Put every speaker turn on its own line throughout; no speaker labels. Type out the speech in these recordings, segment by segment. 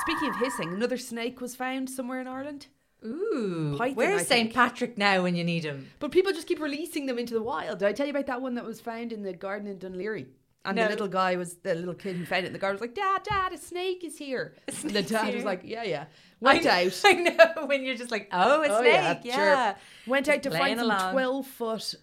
Speaking of hissing, another snake was found somewhere in Ireland.
Ooh.
Python, I
Where's St.
think.
Patrick now when you need him?
But people just keep releasing them into the wild. Did I tell you about that one that was found in the garden in Dunleary? And
No.
the little guy was the little kid who found it in the garden was like, Dad, Dad, a snake is here. and the
snake's
dad
here.
was like, Yeah, yeah. Went
I,
out.
I know when you're just like, oh, a
Oh,
snake.
yeah,
Yeah.
chirp. Went out to
playing
find some
along.
twelve foot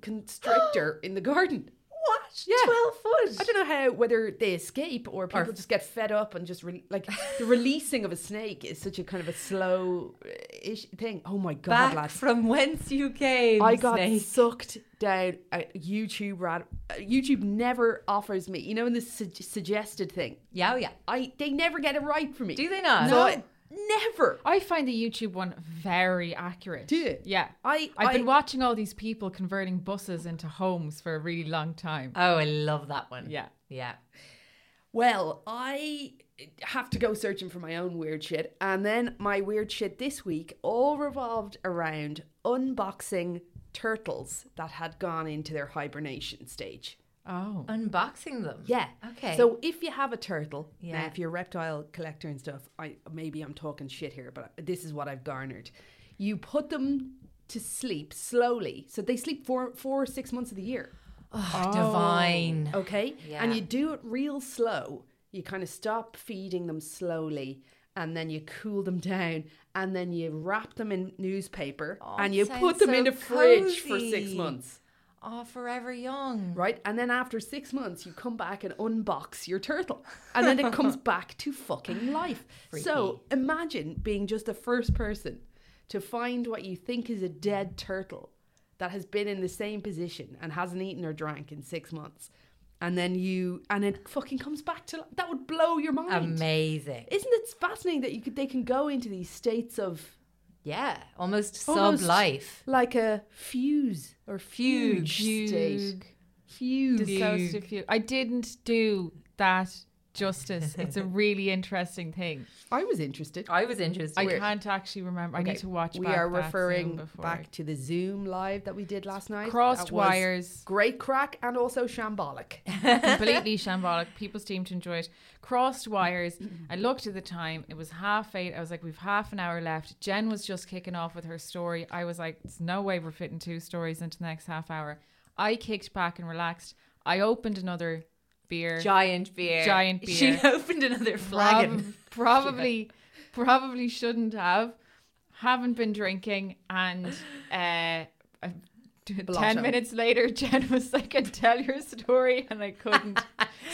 constrictor in the garden.
What?
Yeah.
12 foot.
I don't know how whether they escape or people just get fed up and just re- like the releasing of a snake is such a kind of a slow uh, ish thing. Oh my god,
Back
lads!
from whence you came.
I got
snake.
sucked down. Uh, YouTube rat. uh, YouTube never offers me, you know, in the su- suggested thing.
Yeah, oh, yeah.
I they never get it right for me.
Do they not?
So
No.
I- never.
I find the YouTube one very accurate.
Do you?
Yeah.
I-
I've
I-
been watching all these people converting buses into homes for a really long time.
Uh,
Oh, I love that one.
Yeah.
Yeah.
Well, I have to go searching for my own weird shit, and then my weird shit this week all revolved around unboxing turtles that had gone into their hibernation stage.
oh.
Unboxing them.
Yeah.
Okay.
So if you have a turtle, yeah.
Yeah.
if you're a reptile collector and stuff, I maybe I'm talking shit here, but this is what I've garnered. You put them to sleep slowly, so they sleep four, four or six months of the year.
Oh, divine.
Okay.
Yeah.
And you do it real slow. You kind of stop feeding them slowly and then you cool them down and then you wrap them in newspaper and you
sounds
put them
so
in the fridge for six
cozy.
months.
Oh, forever young.
Right? And then after six months, you come back and unbox your turtle. And then it comes back to fucking life. So imagine being just the first person to find what you think is a dead turtle that has been in the same position and hasn't eaten or drank in six months. And then you, and it fucking comes back to life. That would blow your mind.
Amazing.
Isn't it fascinating that you could, they can go into these states of
Yeah. Almost sub
almost
life.
like a fuse or fuge, state. Fugue.
Dissociative fugue. I didn't do that justice. It's a really interesting thing.
I was interested.
I was interested.
I can't actually remember. I need to watch.
We
back
are
that soon
referring
before
back
I-
to the Zoom live that we did last night.
Crossed
That was
wires.
Great crack and also shambolic.
completely shambolic. People seem to enjoy it. Crossed wires. I looked at the time. It was half eight. I was like, we've half an hour left. Jen was just kicking off with her story. I was like, there's no way we're fitting two stories into the next half hour. I kicked back and relaxed. I opened another beer.
Giant beer.
Giant
She
beer.
opened another flagon.
Prob- probably, probably shouldn't have. Haven't been drinking, and uh, uh, t-
Blotto.
ten minutes later, Jen was like, "And tell your story," and I couldn't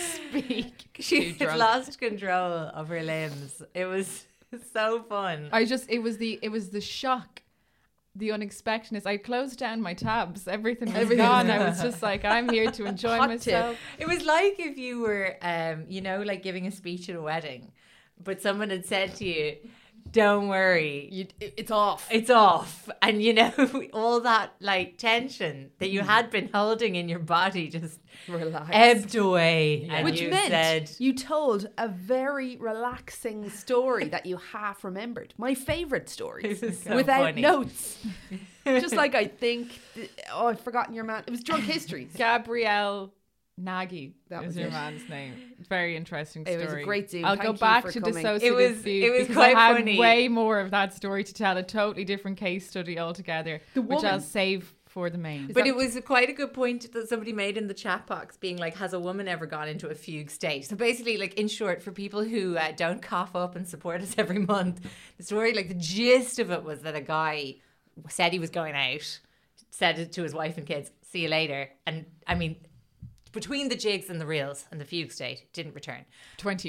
speak.
she
Too
had
drunk.
lost control of her limbs. It was so fun.
I just, it was the, it was the shock the unexpectedness. I closed down my tabs. Everything was
Everything was
gone. I was just like, I'm here to enjoy
Hot tip.
myself.
It was like if you were, um, you know, like giving a speech at a wedding, but someone had said to you, "Don't worry,
You, it- it's off.
it's off," and you know all that like tension that you had been holding in your body just
Relaxed.
ebbed away, and
Which
you
meant
said,
you told a very relaxing story that you half remembered. My favorite stories
This is so
without
funny.
notes. Just like I think, th- oh, I've forgotten your man. It was drunk history.
Gabrielle Nagy.
That
That
was
was your
it.
man's name. Very interesting
It
story.
was a great Zoom.
I'll
Thank
go
you
back
for
to
coming.
dissociative
It was-
View
it was
because
quite
I had
funny.
way more of that story to tell. A totally different case study altogether, which I'll save for the main.
But it was quite a good point that somebody made in the chat box, being like, "Has a woman ever gone into a fugue state?" So basically, like in short, for people who uh, don't cough up and support us every month, the story, like the gist of it, was that a guy said he was going out, said it to his wife and kids, "See you later," and I mean, between the jigs and the reels and the fugue state, didn't return.
twenty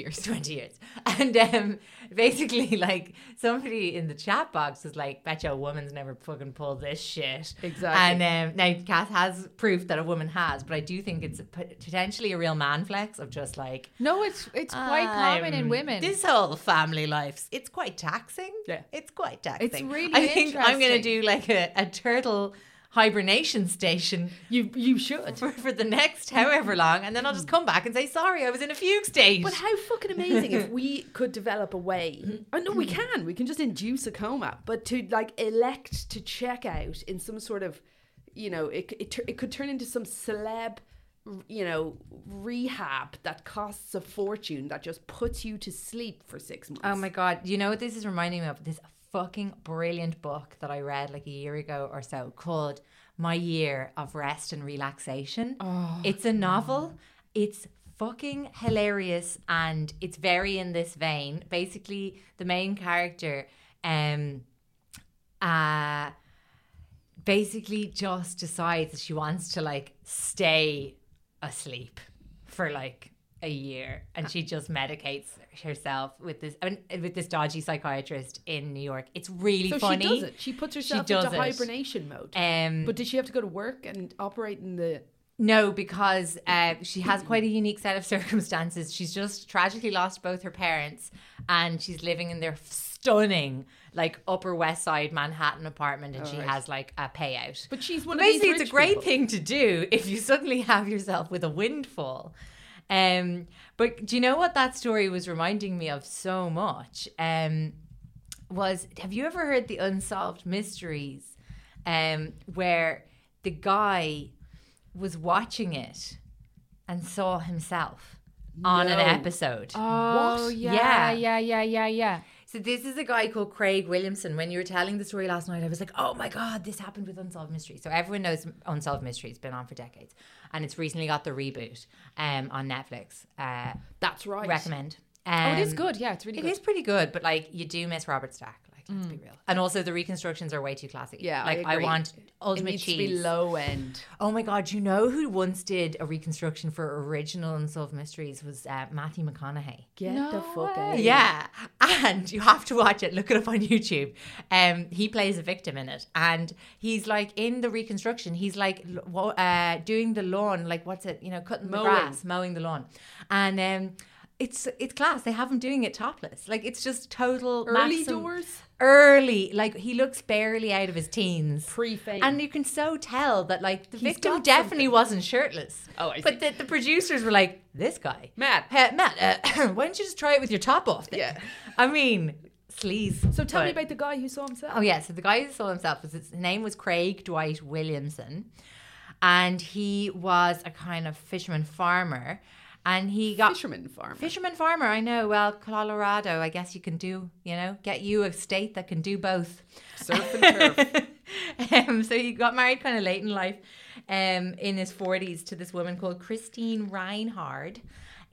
years.
20 years. And um, basically, like, somebody in the chat box was like, bet you a woman's never fucking pulled this shit.
Exactly.
And um, now Kath has proof that a woman has, but I do think it's a pot- potentially a real man flex of just like,
No, it's it's quite common in
Um,
"I'm-
women.
This whole family life, it's quite taxing.
Yeah.
It's quite taxing.
really
I think I'm going to
interesting.
do like a, a turtle hibernation station
You you should.
for, for the next however long, and then I'll just come back and say, sorry, I was in a fugue stage.
But how fucking amazing if we could develop a
Mm-hmm.
way. I know we can. We can just induce a coma, but to like elect to check out in some sort of, you know, it it, tur- it could turn into some celeb, you know, rehab that costs a fortune that just puts you to sleep for six months.
Oh my god! You know what this is reminding me of? This fucking brilliant book that I read like a year ago or so called "My Year of Rest and Relaxation." it's a novel. It's fucking hilarious, and it's very in this vein. Basically, the main character, um, uh basically just decides that she wants to like stay asleep for like a year and she just medicates herself with this I mean, with this dodgy psychiatrist in New York. It's really
So
funny.
she does it. She puts herself
does
into
it.
hibernation mode.
Um,
but did she have to go to work and operate in the?
No, because uh, she has quite a unique set of circumstances. She's just tragically lost both her parents, and she's living in their stunning, like Upper West Side Manhattan apartment, and she has like a payout.
Oh, But she's one of these
basically, it's
rich
a great
people.
thing to do if you suddenly have yourself with a windfall. Um, but do you know what that story was reminding me of so much? Um, was have you ever heard the unsolved mysteries um where the guy was watching it and saw himself on an
No.
episode
Oh
Yeah.
yeah, yeah, yeah, yeah, yeah.
so this is a guy called Craig Williamson. When you were telling the story last night, I was like, "Oh my god, this happened with Unsolved Mysteries." So everyone knows Unsolved Mysteries been on for decades, and it's recently got the reboot um, on Netflix. Uh,
That's right.
recommend.
Oh, it is
Um,
good. Yeah, it's really
it
good.
is pretty good, but like you do miss Robert Stack. Like, let's be real. And also the reconstructions are way too classy.
Mm. Yeah, I
like I,
agree.
want
It
ultimate
needs to
cheese.
be low end.
Oh my god, you know who once did a reconstruction for original Unsolved Mysteries was uh, Matthew McConaughey.
Get the fuck out.
Yeah, and you have to watch it. Look it up on YouTube. Um, he plays a victim in it, and he's like in the reconstruction. He's like l- wa- uh, doing the lawn, like what's it? You know, cutting the
Mowing.
grass, mowing the lawn, and um, it's it's class. They have him doing it topless, like it's just total
Early
maxim-
doors?
Early, like he looks barely out of his teens,
Pre-fame.
and you can so tell that like the
He's
victim
got
definitely wasn't shirtless.
Oh, I
but the, the producers were like, "This guy,
Matt.
Hey, Matt, uh, why don't you just try it with your top off? Then?
Yeah.
I mean, sleaze.
So tell me
but-
about the guy who saw himself.
Oh yeah, so the guy who saw himself was his name was Craig Dwight Williamson, and he was a kind of fisherman farmer, and he got
fisherman farmer.
Fisherman farmer, I know. Well, Colorado, I guess you can do, you know, get you a state that can do both.
Surf and turf.
um, so he got married kind of late in life, um, in his 40s, to this woman called Christine Reinhard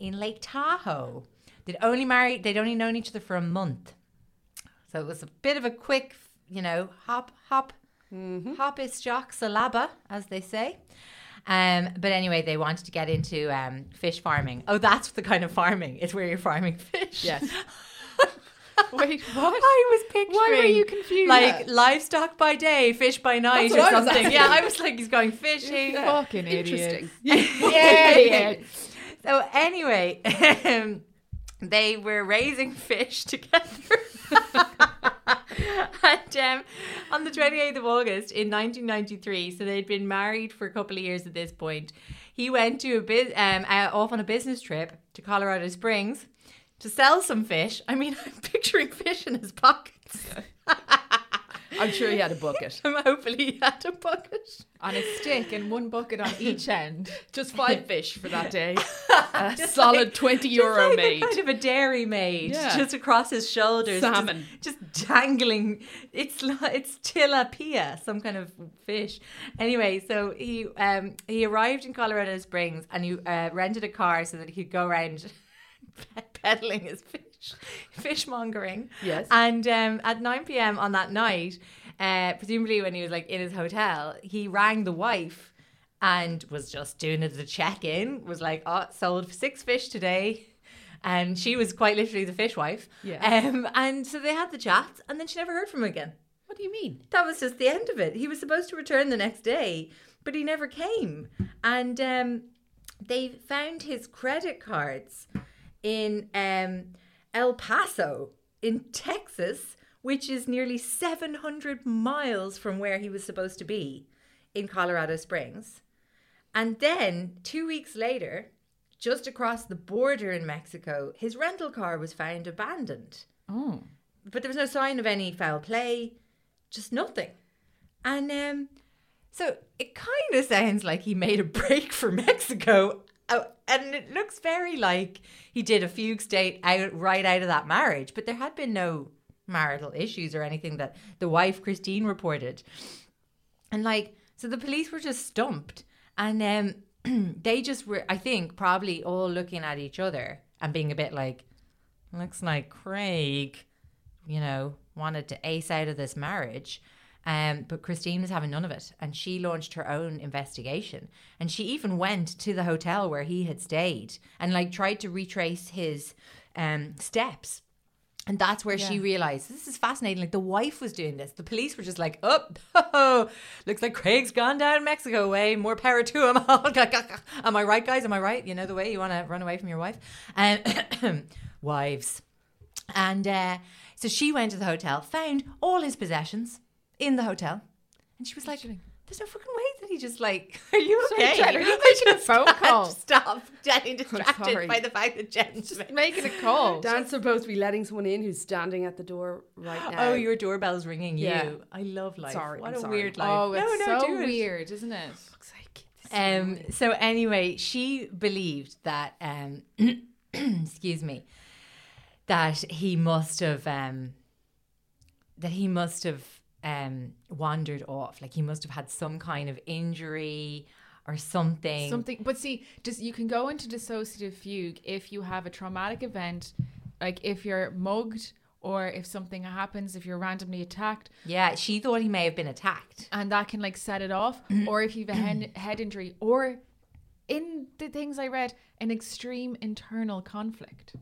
in Lake Tahoe. They'd only married, they'd only known each other for a month. So it was a bit of a quick, you know, hop, hop,
Mm-hmm.
hop is jock salaba, as they say. Um, but anyway, they wanted to get into um, fish farming. Oh, that's the kind of farming. It's where you're farming fish.
Yes.
Wait, what?
I was picturing.
Why were you confused?
Like livestock by day, fish by night,
That's what
or
I was
something.
asking.
yeah, I was like, he's going fishing.
Fucking idiot.
Interesting. Yeah.
Idiots.
So anyway, they were raising fish together. and um, on the 28th of August in 1993, so they'd been married for a couple of years at this point, he went to a bus- um, uh, off on a business trip to Colorado Springs to sell some fish. I mean, I'm picturing fish in his pockets.
I'm sure he had a bucket.
I'm hopefully he had a bucket.
On a stick and one bucket on each end.
Just five fish for that day. A solid
like-
20
just
euro
like the
made.
Kind of a dairy maid,
Yeah.
just across his shoulders. just-
Salmon.
Just, dangling. It's li- it's tilapia, some kind of fish. Anyway, so he um he arrived in Colorado Springs and he uh, rented a car so that he could go around peddling his fish, fishmongering.
Yes.
And um, at 9 p.m. on that night, uh, presumably when he was like in his hotel, he rang the wife and was just doing it as a check in, was like, oh, sold six fish today. And she was quite literally the fishwife.
Yeah.
Um, and so they had the chat, and then she never heard from him again.
What do you mean?
That was just the end of it. He was supposed to return the next day, but he never came. And um, they found his credit cards in um, El Paso in Texas, which is nearly 700 miles from where he was supposed to be in Colorado Springs. And then two weeks later, just across the border in Mexico, his rental car was found abandoned
Oh.
but there was no sign of any foul play, just nothing. And um, so it kind of sounds like he made a break for Mexico. Oh, and it looks very like he did a fugue state out right out of that marriage, but there had been no marital issues or anything that the wife Christine reported. And like, so the police were just stumped. And um, they just were, I think, probably all looking at each other and being a bit like, looks like Craig, you know, wanted to ace out of this marriage. Um, but Christine was having none of it. And she launched her own investigation. And she even went to the hotel where he had stayed and like tried to retrace his um, steps. And that's where she realized this is fascinating. Like the wife was doing this. The police were just like, oh, looks like Craig's gone down Mexico way. More power to him. Am I right, guys? Am I right? You know the way you want to run away from your wife? Um, wives. And uh, so she went to the hotel, found all his possessions in the hotel, and she was like, "There's no fucking way that he just like, are you
Sorry,
okay?"
Jen, are you
I
making a
just
phone
can't
call?
Stop getting distracted
sorry.
by the fact that Jen's just
Making a call.
Dan's supposed to be letting someone in who's standing at the door right now.
Oh, your doorbell's ringing
Yeah.
you. I love life.
Sorry,
what
I'm
a
sorry.
weird life.
Oh, it's so
do it.
weird, isn't it?
Um, so anyway, she believed that. Um, excuse me, that he must have. Um, that he must have um, wandered off. Like he must have had some kind of injury or something.
Something, but see, just you can go into dissociative fugue if you have a traumatic event, like if you're mugged or if something happens, if you're randomly attacked,
Yeah, she thought he may have been attacked.
and that can like set it off,
Mm-hmm.
or if you've a head, head injury, or in the things I read, an extreme internal conflict.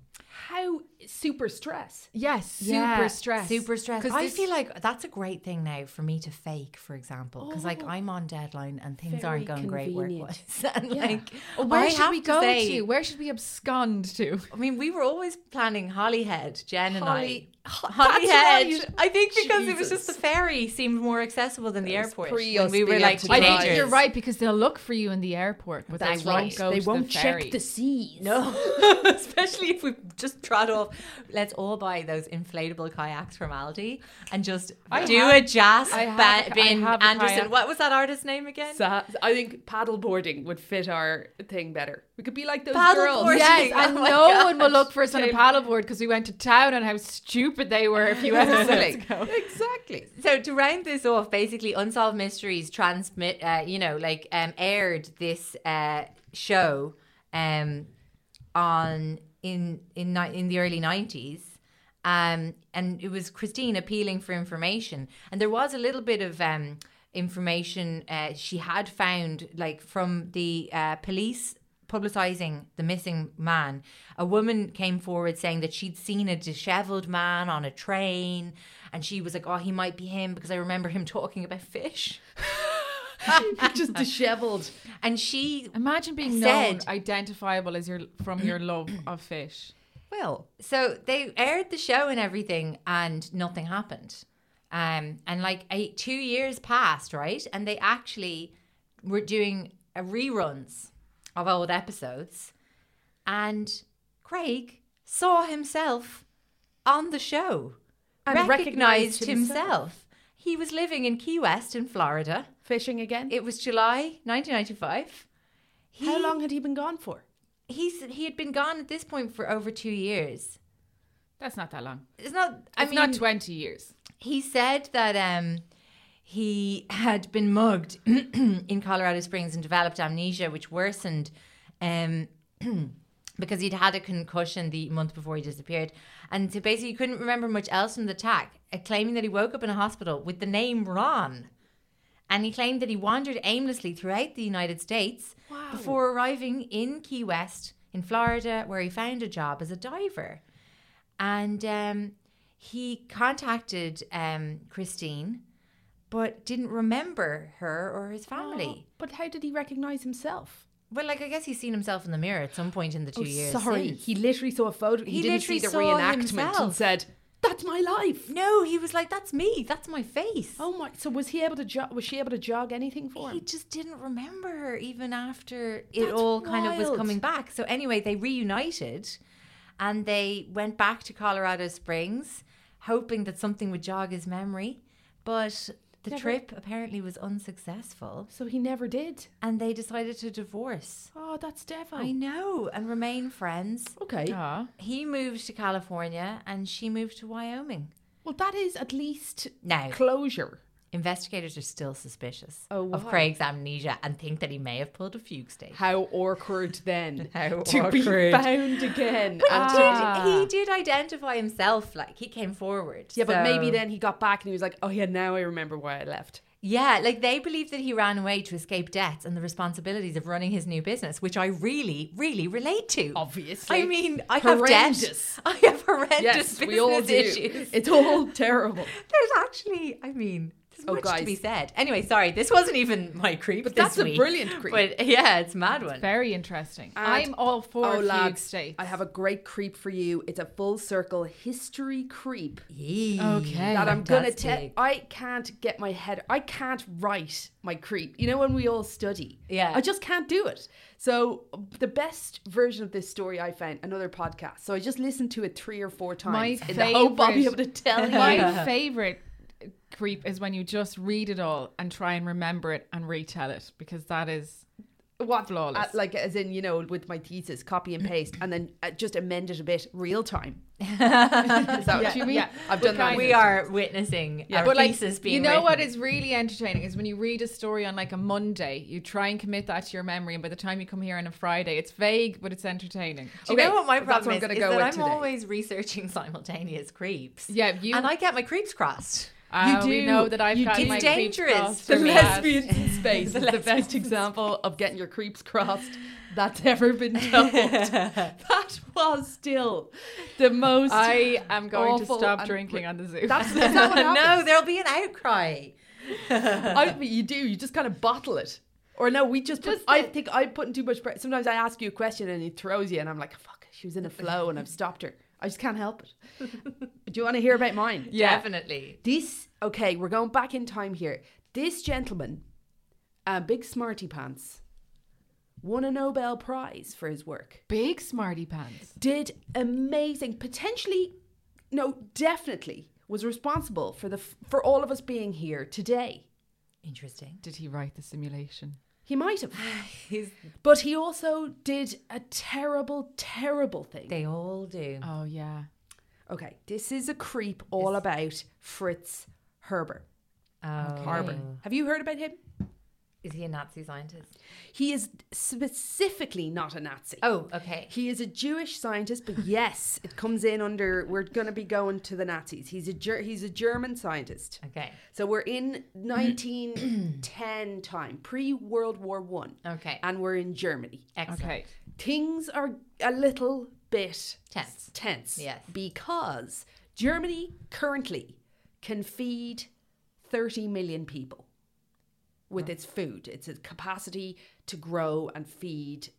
How super stress.
Yes, super
Yeah,
stress.
Super stress.
'Cause
I
this-
feel like that's a great thing now for me to fake, for example, because like I'm on deadline and things aren't
Very
going great
convenient.
work wise. and like,
Oh, where
I
should
have
we go to,
say-
Where should we abscond to?
I mean, we were always planning Hollyhead, Jen and
Holly-
I.
Ho-
Hollyhead.
that's right.
I think because it was just the
Jesus.
ferry seemed more accessible than the
was
airport.
pre
when
us
we were
being
like,
able to
I
I
think
think
teenagers.
you're right because they'll look for you in the airport, but
That's
they won't
right.
go
they
to
won't
the ferry.
check the seas.
No, especially if we just trot off. Let's all buy those inflatable kayaks from Aldi and just
I
do
have-
a jazz
I have a- I
ba- bin
have a
Anderson.
kayak.
What was that artist's name again?
Sa- I think paddleboarding would fit our thing better. We could be like those girls.
Paddleboarding.
Yes,
Oh
and
my
no one will
gosh.
look for us on a paddleboard because we went to town and how stupid they were a few episodes ago.
Exactly.
so to round this off, basically, Unsolved Mysteries transmit, uh, you know, like um, aired this uh, show um, on in in ni- in the early nineties, um, and it was Christine appealing for information, and there was a little bit of. Um, information uh, she had found like from the uh, police publicizing the missing man, a woman came forward saying that she'd seen a disheveled man on a train and she was like, oh, he might be him because I remember him talking about fish.
just disheveled.
And she,
Imagine being known,
Said-
identifiable as your from your love of fish.
well, so they aired the show and everything and nothing happened. Um, and like eight, two years passed, right? And they actually were doing uh reruns of old episodes. And Craig saw himself on the show
And
recognized
recognized
himself.
himself.
He was living in Key West in Florida.
Fishing again?
It was July 1995. He,
How long had he been gone for?
He's he had been gone at this point for over two years.
That's not that long.
It's not. I
It's
mean,
not twenty years.
he said that um, he had been mugged in Colorado Springs and developed amnesia, which worsened um, because he'd had a concussion the month before he disappeared. And so basically, he couldn't remember much else from the attack, uh, claiming that he woke up in a hospital with the name Ron. And he claimed that he wandered aimlessly throughout the United States before arriving in Key West in Florida, where he found a job as a diver. And um, he contacted um, Christine, but didn't remember her or his family.
But how did he recognize himself? Oh,
Well, like I guess he's seen himself in the mirror at some point in the two years.
sorry.
since.
He literally saw a photo. He,
He
didn't see
literally
the
saw
reenactment
himself.
and said, "That's my life."
No, he was like, "That's me. That's my face."
Oh my! So was he able to jog? Was she able to jog anything for
He
him?
just didn't remember her even after it
That's
all kind of was
wild.
coming back. So anyway, they reunited and they went back to Colorado Springs hoping that something would jog his memory, but the trip apparently was unsuccessful
So he never did.
and they decided to divorce.
Oh, that's Devo.
I know, and remain friends.
Okay.
Ah,
He moved to California and she moved to Wyoming.
Well, that is at least
Now,
closure.
investigators are still suspicious
Oh,
of
wow.
Craig's amnesia and think that he may have pulled a fugue stage.
How awkward then
How
to be
awkward.
found again.
But
after-
he, did, he did identify himself, like he came forward.
Ah. yeah, but maybe
so-
then he got back and he was like, "Oh yeah, now I remember why I left."
Yeah, like they believe that he ran away to escape debts and the responsibilities of running his new business, which I really, really relate to.
Obviously.
I mean, I
Horrendous.
have debt. I have horrendous business
do.
issues.
It's all terrible.
There's actually, I mean, there's
Oh,
much to
guys.
be said. Anyway, sorry, this wasn't even my creep.
But
this
that's a
week.
brilliant creep.
But yeah, it's a mad one.
very interesting.
And-
I'm all for
oh,
fugue
lads,
states.
I have a great creep for you. It's a full circle history creep
Yee.
Okay.
that I'm gonna tell.
fantastic.
I can't get my head. I can't write my creep. You know when we all study.
Yeah.
I just can't do it. So the best version of this story I found another podcast. So I just listened to it three or four times in the hope I'll be able
favourite-
to tell you.
My favorite creep is when you just read it all and try and remember it and retell it because that is
what
Flawless.
uh, like as in you know with my thesis copy and paste and then uh, just amend it a bit real time is that what you mean
yeah.
i've done that
We are witnessing our
but like
thesis being
you know what
written.
is really entertaining is when you read a story on like a Monday, you try and commit that to your memory, and by the time you come here on a Friday, it's vague but it's entertaining.
Do you
Okay,
know what my
well, that's
problem is?
what I'm
is
gonna go
that
with today.
I'm always researching simultaneous creeps.
Yeah, you-
and I get my creeps crossed.
Uh, we
do.
know that I've
You
got
do.
my
It's
creeps
dangerous.
crossed
the
for me.
lesbians in space is the
lesbians
best example of getting your creeps crossed that's ever been told that was still the most
I am going to
awful
stop
and-
drinking on the zoo.
that's, that's not what
no,
happens.
there'll be an outcry.
I, but you do. You just kind of bottle it. Or no, we just. Put, I think I put in too much pressure. Sometimes I ask you a question and it throws you, and I'm like, "Fuck, she was in a flow, and I've stopped her. I just can't help it." do you want to hear about mine?
Definitely.
This okay. We're going back in time here. This gentleman, uh, big smarty pants, won a Nobel Prize for his work.
big smarty pants.
Did amazing. Potentially, no, definitely was responsible for the f- for all of us being here today.
Interesting.
Did he write the simulation?
He might have.
He's,
But he also did a terrible, terrible thing.
they all do.
Oh yeah.
Okay, this is a creep all about Fritz Herber.
Oh.
Harber. Have you heard about him?
Is he a Nazi scientist?
He is specifically not a Nazi.
Oh, okay.
He is a Jewish scientist, but yes, it comes in under. We're going to be going to the Nazis. He's a ger- he's a German scientist.
Okay.
So we're in
Mm.
1910 time, pre World War One.
Okay.
and we're in Germany.
Uh, Excellent.
Okay.
things are a little bit
Tense.
Tense.
Yes.
Because Germany currently can feed 30 million people with its food. It's its capacity to grow and feed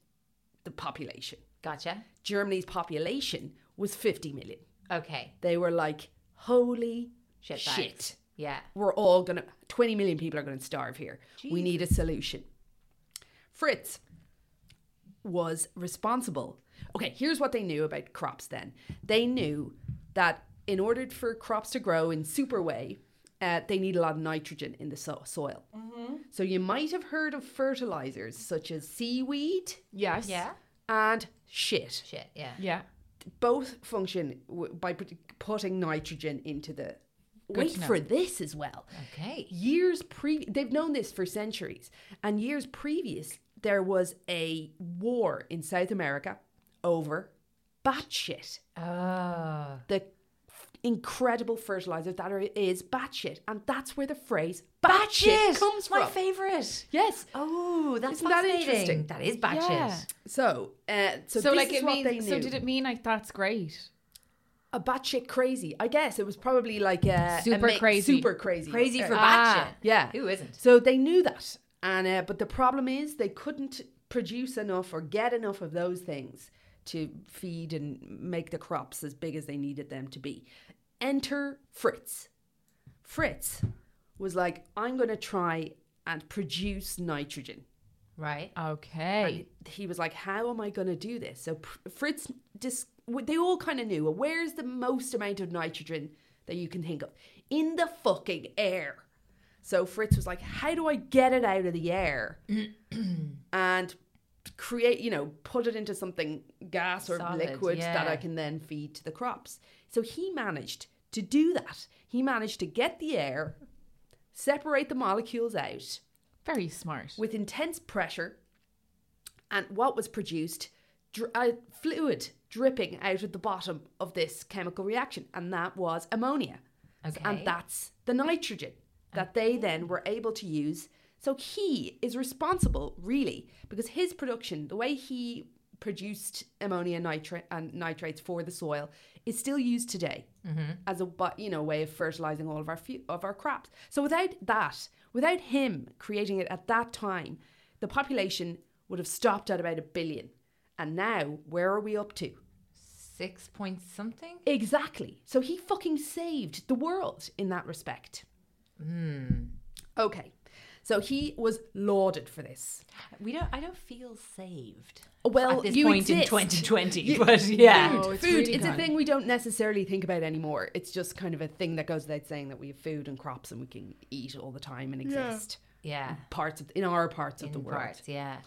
the population.
Gotcha.
Germany's population was 50 million.
Okay.
They were like, holy
Shit.
shit.
bags. Yeah.
We're all going to, 20 million people are going to starve here. We need a solution. Fritz was responsible. Okay, here's what they knew about crops then. They knew that in order for crops to grow in super way, uh, they need a lot of nitrogen in the so- soil. So you might have heard of fertilizers such as seaweed
Yes.
Yeah.
and shit
Shit. Yeah.
Yeah.
both function w- by put- putting nitrogen into the. Wait
to know.
for this as well.
Okay.
Years pre, they've known this for centuries, and years previous, there was a war in South America over batshit.
Ah.
Oh.
The f- incredible fertilizer that are, is batshit, and that's where the phrase batshit, comes from.
My favorite.
yes.
Oh, that's
Isn't that
fascinating.
interesting?
That is batshit.
Yeah.
So, uh, so,
So,
this
like
is
it
what
mean-
they knew.
So did it mean like that's great?
a batshit crazy? I guess it was probably like a a
Super
mi-
crazy.
super crazy,
Crazy
Uh,
for
Ah,
batshit.
Yeah.
Who isn't?
So they knew that. And uh, but the problem is they couldn't produce enough or get enough of those things to feed and make the crops as big as they needed them to be. Enter Fritz. Fritz was like, I'm going to try and produce nitrogen.
Right.
Okay.
And he was like, How am I going to do this? So Pr- Fritz, dis- w- they all kind of knew well, where's the most amount of nitrogen that you can think of? In the fucking air. So Fritz was like, How do I get it out of the air and create, you know, put it into something gas or
Solid,
liquid that
yeah.
I can then feed to the crops? So he managed to do that. He managed to get the air, separate the molecules out
Very smart.
with intense pressure, and what was produced dr- uh, fluid dripping out of the bottom of this chemical reaction, and that was ammonia.
Okay.
And that's the nitrogen that they then were able to use. So he is responsible, really, because his production, the way he produced ammonia nitri- and nitrates for the soil, is still used today as a bu- you know way of fertilizing all of our fu- of our crops. So without that, without him creating it at that time, the population would have stopped at about a billion. And now, where are we up to?
Six point something.
Exactly. So he fucking saved the world in that respect. Okay. So he was lauded for this.
We don't. I don't feel saved.
Well,
at this
you
point in
exist.
2020,
You-
but yeah.
Food, it's,
Oh, it's
food.
really
it's a
gone.
thing we don't necessarily think about anymore. It's just kind of a thing that goes without saying that we have food and crops and we can eat all the time and exist.
Yeah.
Parts of in our parts of the
In
world.
parts, yeah.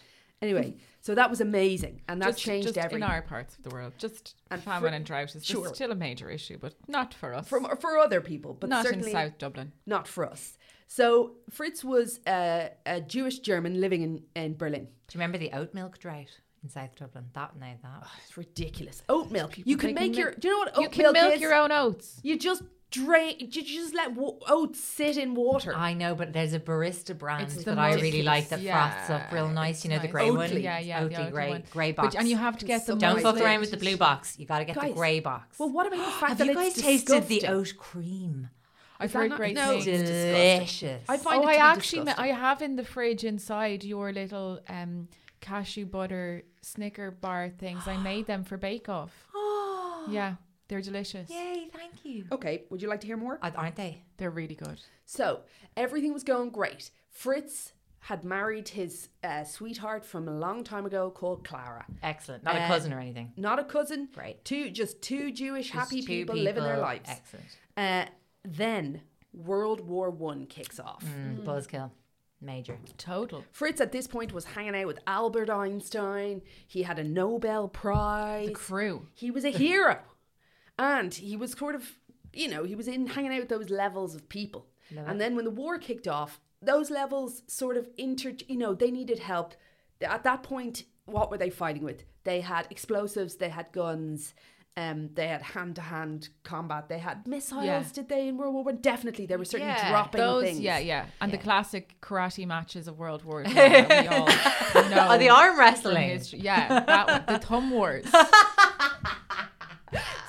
Anyway, so that was amazing, and that
Just-
changed
just
everything.
in our parts of the world. Just
And
famine
for-
and drought is
sure.
still a major issue, but not for us.
from for other people, but
not in
certainly
South Dublin.
not for us. So Fritz was a, a Jewish German living in, in Berlin.
Do you remember the oat milk drought in South Dublin? That now that.
It's ridiculous. Oat milk. You can make your. Do you know what oat
you can
Oh, milk
milk
is?
your own oats.
You just drain. You just let wa- oats sit in water.
I know, but there's a barista brand
It's the
that I really
most-
like that
yeah,
froths up real nice. You know the
nice.
grey one,
Oatly.
Yeah, yeah, the
Oatly
Oatly
grey,
one.
grey
But-
box.
and you have to get them
Don't
nice
fuck
lit.
around with the blue box. You got to get the
Guys,
grey box.
Well, what about the fact
have
that
you
it's
guys tasted the
disgusting?
oat cream?
I've
that
heard
not-
great
no,
things.
it's
Delicious.
I find
oh,
it
I
to be
actually, ma- I
disgusting.
have in the fridge inside your little um, cashew butter Snicker bar things. I made them for Bake Off. yeah, they're delicious.
Yay! Thank you.
Okay, would you like to hear more?
Uh, Aren't they?
They're really good.
So everything was going great. Fritz had married his uh, sweetheart from a long time ago called Clara.
Excellent. Not
Uh,
a cousin or anything.
Not a cousin.
Great.
Two, just two Jewish
Just
happy
two
people, living their
people.
lives.
Excellent.
Uh, then World War One kicks off.
Mm, Buzzkill. Major.
Total.
Fritz at this point was hanging out with Albert Einstein. He had a Nobel Prize.
The crew.
He was a hero. and he was sort of, you know, he was in hanging out with those levels of people. and then when the war kicked off, those levels sort of inter, you know, they needed help. At that point, what were they fighting with? They had explosives, they had guns, Um, they had hand to hand combat. They had missiles.
Yeah.
Did they in World War One? Definitely, they were certainly
Yeah,
dropping
Those,
things.
yeah, yeah, and the classic karate matches of World War One. that we all know
Oh, the arm
from
wrestling.
history. Yeah, that one, the thumb wars.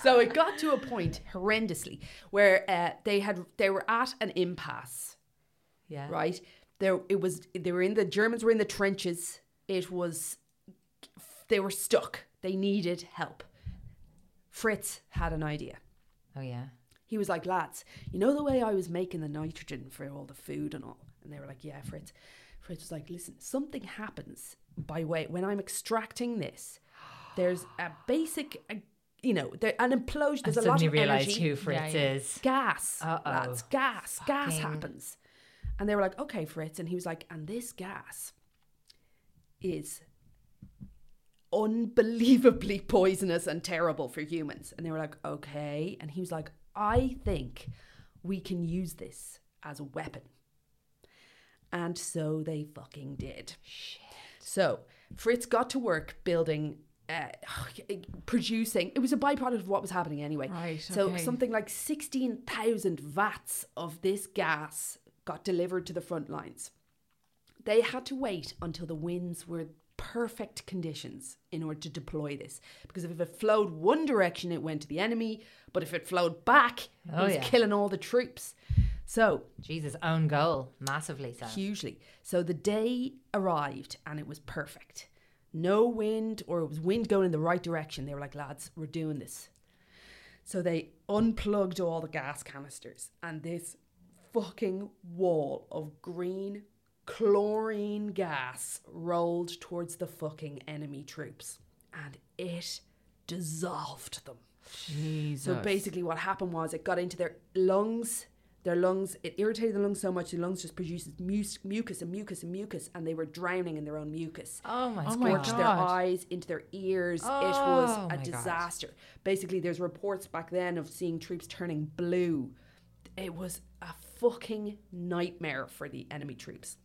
So it got to a point horrendously where uh, they had they were at an impasse.
Yeah.
Right. There it was. They were in the Germans were in the trenches. It was. They were stuck. They needed help. Fritz had an idea.
Oh yeah.
He was like, lads, you know the way I was making the nitrogen for all the food and all? And they were like, yeah, Fritz. Fritz was like, listen, something happens by way, when I'm extracting this, there's a basic, uh, you know, there, an implosion, there's
I
a lot
suddenly
of
realised
energy.
who Fritz
Yeah, yeah.
is.
Gas,
Uh-oh.
lads, gas, gas
Fucking-
happens. And they were like, okay, Fritz. And he was like, and this gas is unbelievably poisonous and terrible for humans. And they were like, okay. And he was like, I think we can use this as a weapon. And so they fucking did. Shit. So Fritz got to work building. Uh, producing it was a byproduct of what was happening anyway
Right,
so
okay.
something like 16,000 vats of this gas got delivered to the front lines they had to wait until the winds were perfect conditions in order to deploy this because if it flowed one direction it went to the enemy but if it flowed back it
Oh,
was
yeah.
killing all the troops so
Jesus, own goal massively. So
hugely so the day arrived and it was perfect no wind or it was wind going in the right direction they were like lads we're doing this so they unplugged all the gas canisters and this fucking wall of green chlorine gas rolled towards the fucking enemy troops and it dissolved them. So basically what happened was it got into their lungs, their lungs, it irritated the lungs so much the lungs just produces mus- mucus and mucus and mucus and they were drowning in their own mucus
Oh my,
Oh my
God.
scorched their
God.
eyes, into their ears. it
Oh
was
my
a
God.
disaster. Basically, there's reports back then of seeing troops turning blue. It was a fucking nightmare for the enemy troops.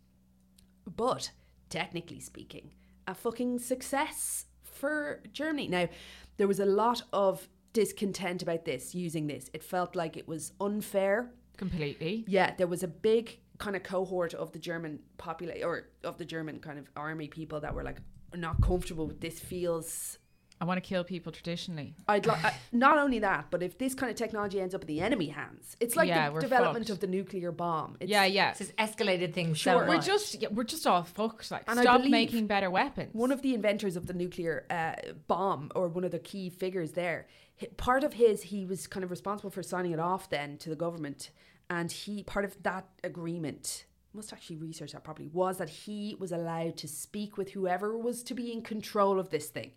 But technically speaking, a fucking success for Germany. Now, there was a lot of discontent about this, using this. It felt like it was unfair.
Completely.
Yeah, there was a big kind of cohort of the German population or of the German kind of army people that were like not comfortable with this feels
I want to kill people traditionally.
I'd like not only that, but if this kind of technology ends up in the enemy hands, it's like
Yeah,
the
we're
development
fucked.
of the nuclear bomb. It's,
yeah, yeah.
This has escalated things so
Sure.
much.
We're just yeah, we're just all fucked. Like,
And I
stop
believe
making better weapons.
One of the inventors of the nuclear uh, bomb, or one of the key figures there, hi- part of his, he was kind of responsible for signing it off then to the government. And he, part of that agreement, must actually research that properly, was that he was allowed to speak with whoever was to be in control of this thing.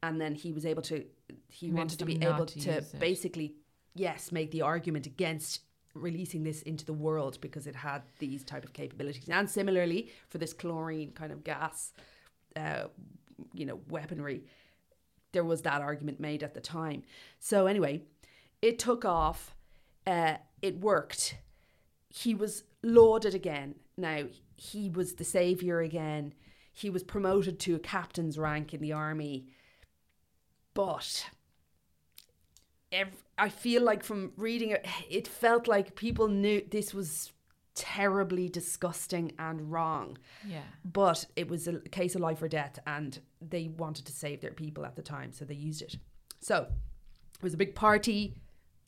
And then he was able to, he
Convince
wanted to
them
be
not
able
to
to,
use it.
basically, yes, make the argument against releasing this into the world because it had these type of capabilities. And similarly, for this chlorine kind of gas, uh, you know, weaponry. There was that argument made at the time. So anyway, it took off. Uh, it worked. He was lauded again. Now he was the savior again. He was promoted to a captain's rank in the army. But ev- I feel like from reading it, it felt like people knew this was terribly disgusting and wrong
yeah.
but it was a case of life or death and they wanted to save their people at the time so they used it so it was a big party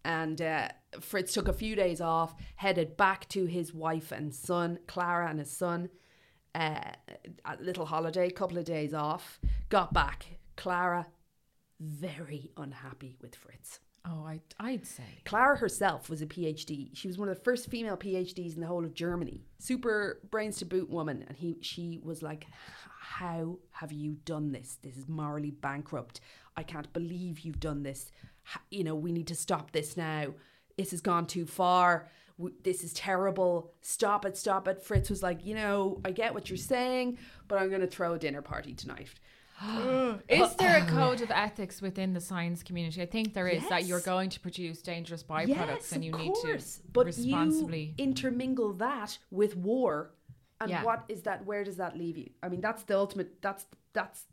and uh, fritz took a few days off headed back to his wife and son clara and his son uh, a little holiday couple of days off got back clara very unhappy with fritz
Oh, I I'd say.
Clara herself was a PhD. She was one of the first female PhDs in the whole of Germany. Super brains to boot woman, and he she was like, "How have you done this? This is morally bankrupt. I can't believe you've done this. Ha- You know, we need to stop this now. This has gone too far. W- This is terrible. Stop it, stop it." Fritz was like, "You know, I get what you're saying, but I'm going to throw a dinner party tonight." Uh,
Is there
oh,
a code of ethics within the science community? I think there is that you're
Yes.
going to produce dangerous byproducts
Yes,
and you
of
need
course.
to
but
responsibly.
you intermingle that with war, and
Yeah.
what is that? Where does that leave you? I mean, that's the ultimate. That's that's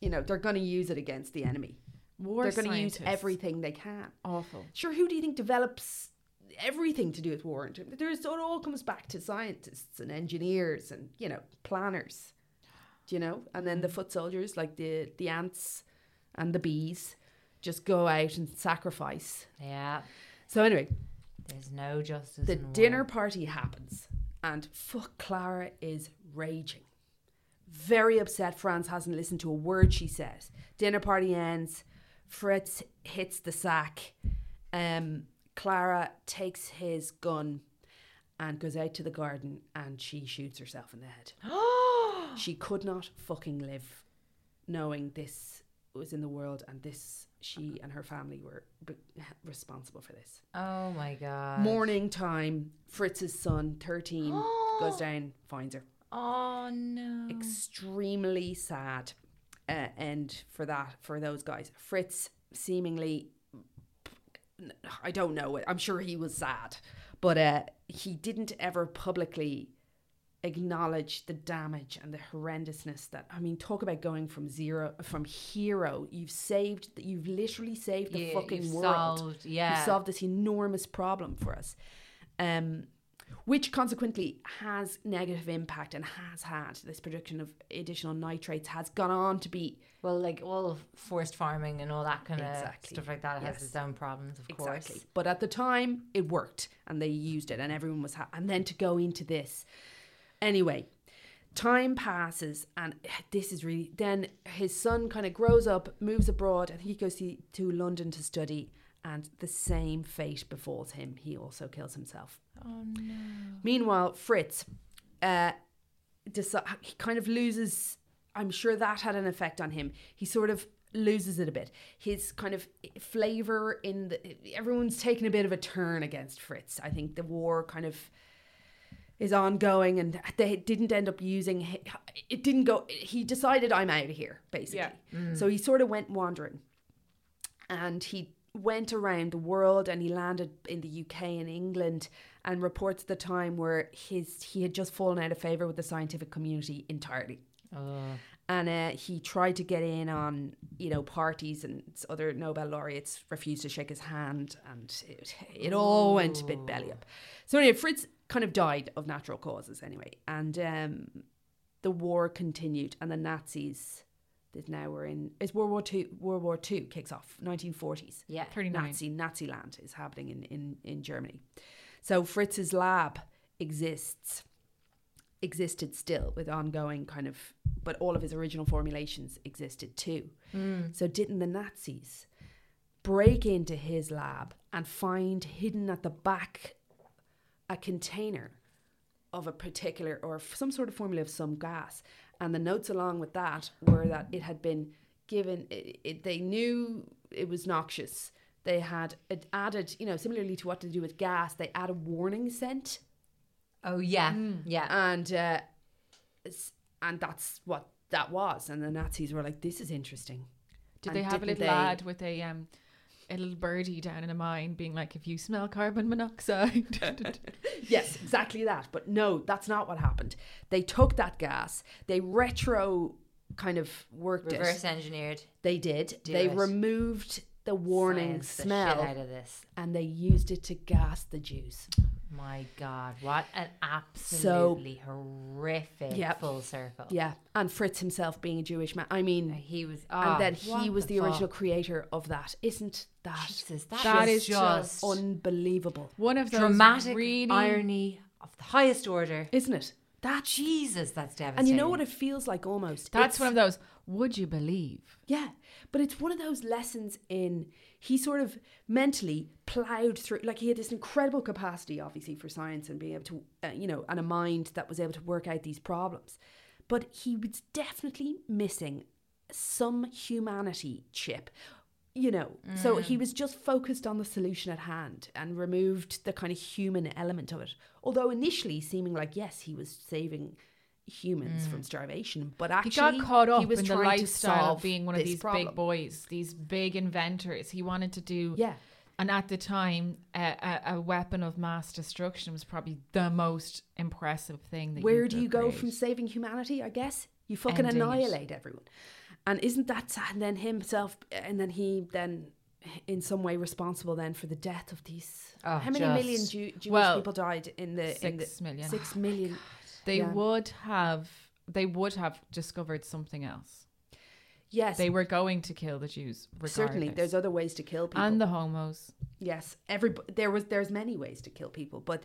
you know they're going to use it against the enemy.
War
They're going to use
scientists.
everything they can.
Awful.
Sure, who do you think develops everything to do with war? And There's, it all comes back to scientists and engineers and, you know, planners, do you know? And
Mm.
then the foot soldiers, like the, the ants and the bees, just go out and sacrifice.
Yeah.
So, anyway,
There's no justice.
the
in war.
dinner party happens, and fuck Clara is raging. Very upset Franz hasn't listened to a word she says. Dinner party ends. Fritz hits the sack. Um, Clara takes his gun and goes out to the garden and she shoots herself in the head. she could not fucking live knowing this was in the world and this she and her family were b- responsible for this
Oh my god.
morning time, Fritz's son, 13, goes down, finds her.
Oh no.
Extremely sad uh, end for that, for those guys. Fritz seemingly, I don't know, I'm sure he was sad, but uh, he didn't ever publicly acknowledge the damage and the horrendousness that I mean talk about going from zero from hero you've saved you've literally saved the
You-
fucking
you've
world
solved-
You've
yeah.
solved this enormous problem for us um which consequently has negative impact and has had this production of additional nitrates has gone on to be
Well, like all forced farming and all that kind of
Exactly.
stuff like that
Yes.
has its own problems, of course.
But at the time, it worked, and they used it, and everyone was happy. And then to go into this, anyway, time passes, and this is really. Then his son kind of grows up, moves abroad, and he goes to, to London to study, and the same fate befalls him. He also kills himself. Oh no! Meanwhile, Fritz, uh, deci- he kind of loses. I'm sure that had an effect on him. He sort of loses it a bit. His kind of flavor in the everyone's taken a bit of a turn against Fritz. I think the war kind of is ongoing, and they didn't end up using. hi- It didn't go. He decided I'm out of here, basically. So he sort of went wandering, and he went around the world, and he landed in the UK and England, and reports the time where his he had just fallen out of favor with the scientific community entirely and uh, he tried to get in on you know parties and s- other Nobel laureates refused to shake his hand and it, it all went a bit belly up. So anyway, Fritz kind of died of natural causes anyway, and um, the war continued and the Nazis that now we're in is World War Two. World War Two kicks off nineteen forties.
Yeah.
39.
Nazi Nazi land is happening in, in, in Germany. So Fritz's lab exists existed still with ongoing kind of but all of his original formulations existed too. So didn't the Nazis break into his lab and find hidden at the back a container of a particular or f- some sort of formula of some gas. And the notes along with that were that it had been given, it, it, they knew it was noxious. They had ad- added, you know, similarly to what to do with gas, they add a warning scent.
Oh yeah,
Mm.
yeah.
And, uh, s- and that's what that was. And the Nazis were like, this is interesting.
Did
And
they have a
didn't
little
they-
lad with a um a little birdie down in a mine being like, if you smell carbon monoxide
Yes, exactly that. But no, that's not what happened. They took that gas, they retro kind of worked it.
Reverse engineered.
They did.
Do
they
it.
removed the warning
Science the shit out
smell
of this.
and they used it to gas the Jews.
My God, what an absolutely horrific
Yep.
full circle.
Yeah. And Fritz himself being a Jewish man. I mean,
He was, oh,
and then he
what
was Ah, the, original
fuck?
creator of that. Isn't that
Jesus, that,
That
is
is
just
unbelievable?
One of those
dramatic
really
irony of the highest order.
Isn't it? That
Jesus, that's devastating.
and you know what it feels like almost.
That's
It's-
one of those. Would you believe?
Yeah, but it's one of those lessons in he sort of mentally plowed through. Like he had this incredible capacity, obviously, for science and being able to, uh, you know, and a mind that was able to work out these problems. But he was definitely missing some humanity chip, you know. So
Mm.
he was just focused on the solution at hand and removed the kind of human element of it. Although initially seeming like yes, he was saving humans from starvation, but actually
Mm. He got caught up
he was
in the
trying to
lifestyle
solve
of being one of
this
these
problem.
big boys, these big inventors. He wanted to do,
Yeah.
And at the time, a, a, a weapon of mass destruction was probably the most impressive thing. That
Where
you
do
could
you go
create.
from saving humanity? I guess you fucking
Ending it.
annihilate everyone. And isn't that sad? And then himself, and then he then in some way responsible then for the death of these.
Oh,
how many million
just-
Jew- Jewish
Well,
people died in the in the,
six million. Oh
Six million.
They
Yeah.
would have they would have discovered something else.
Yes,
They were going to kill the Jews regardless.
certainly. There's other ways to kill people.
and the homos.
yes, every there was there's many ways to kill people, but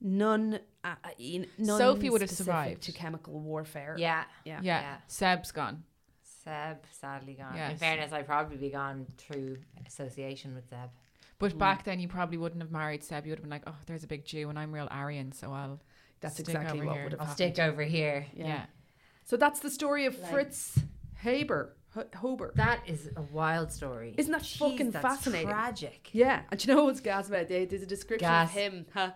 none. Uh, uh, in, none
Sophie would have
specific
survived.
to chemical warfare.
Yeah.
yeah.
Yeah.
Yeah.
Seb's gone.
Seb sadly gone. In
Yes.
fairness, I'd probably be gone through association with Seb.
But
Mm.
back then you probably wouldn't have married Seb. You would have been like, Oh, there's a big Jew and I'm real Aryan, so I'll
That's
stick
exactly
over
what
here.
would have
I'll
happened.
stick over here.
Yeah.
So that's the story of Fritz Haber. H- Hober.
That is a wild story.
Isn't that
Jeez,
fucking
that's
fascinating?
Tragic.
yeah, and do you know what's gas about? There- There's a description
Gas.
of him. Huh?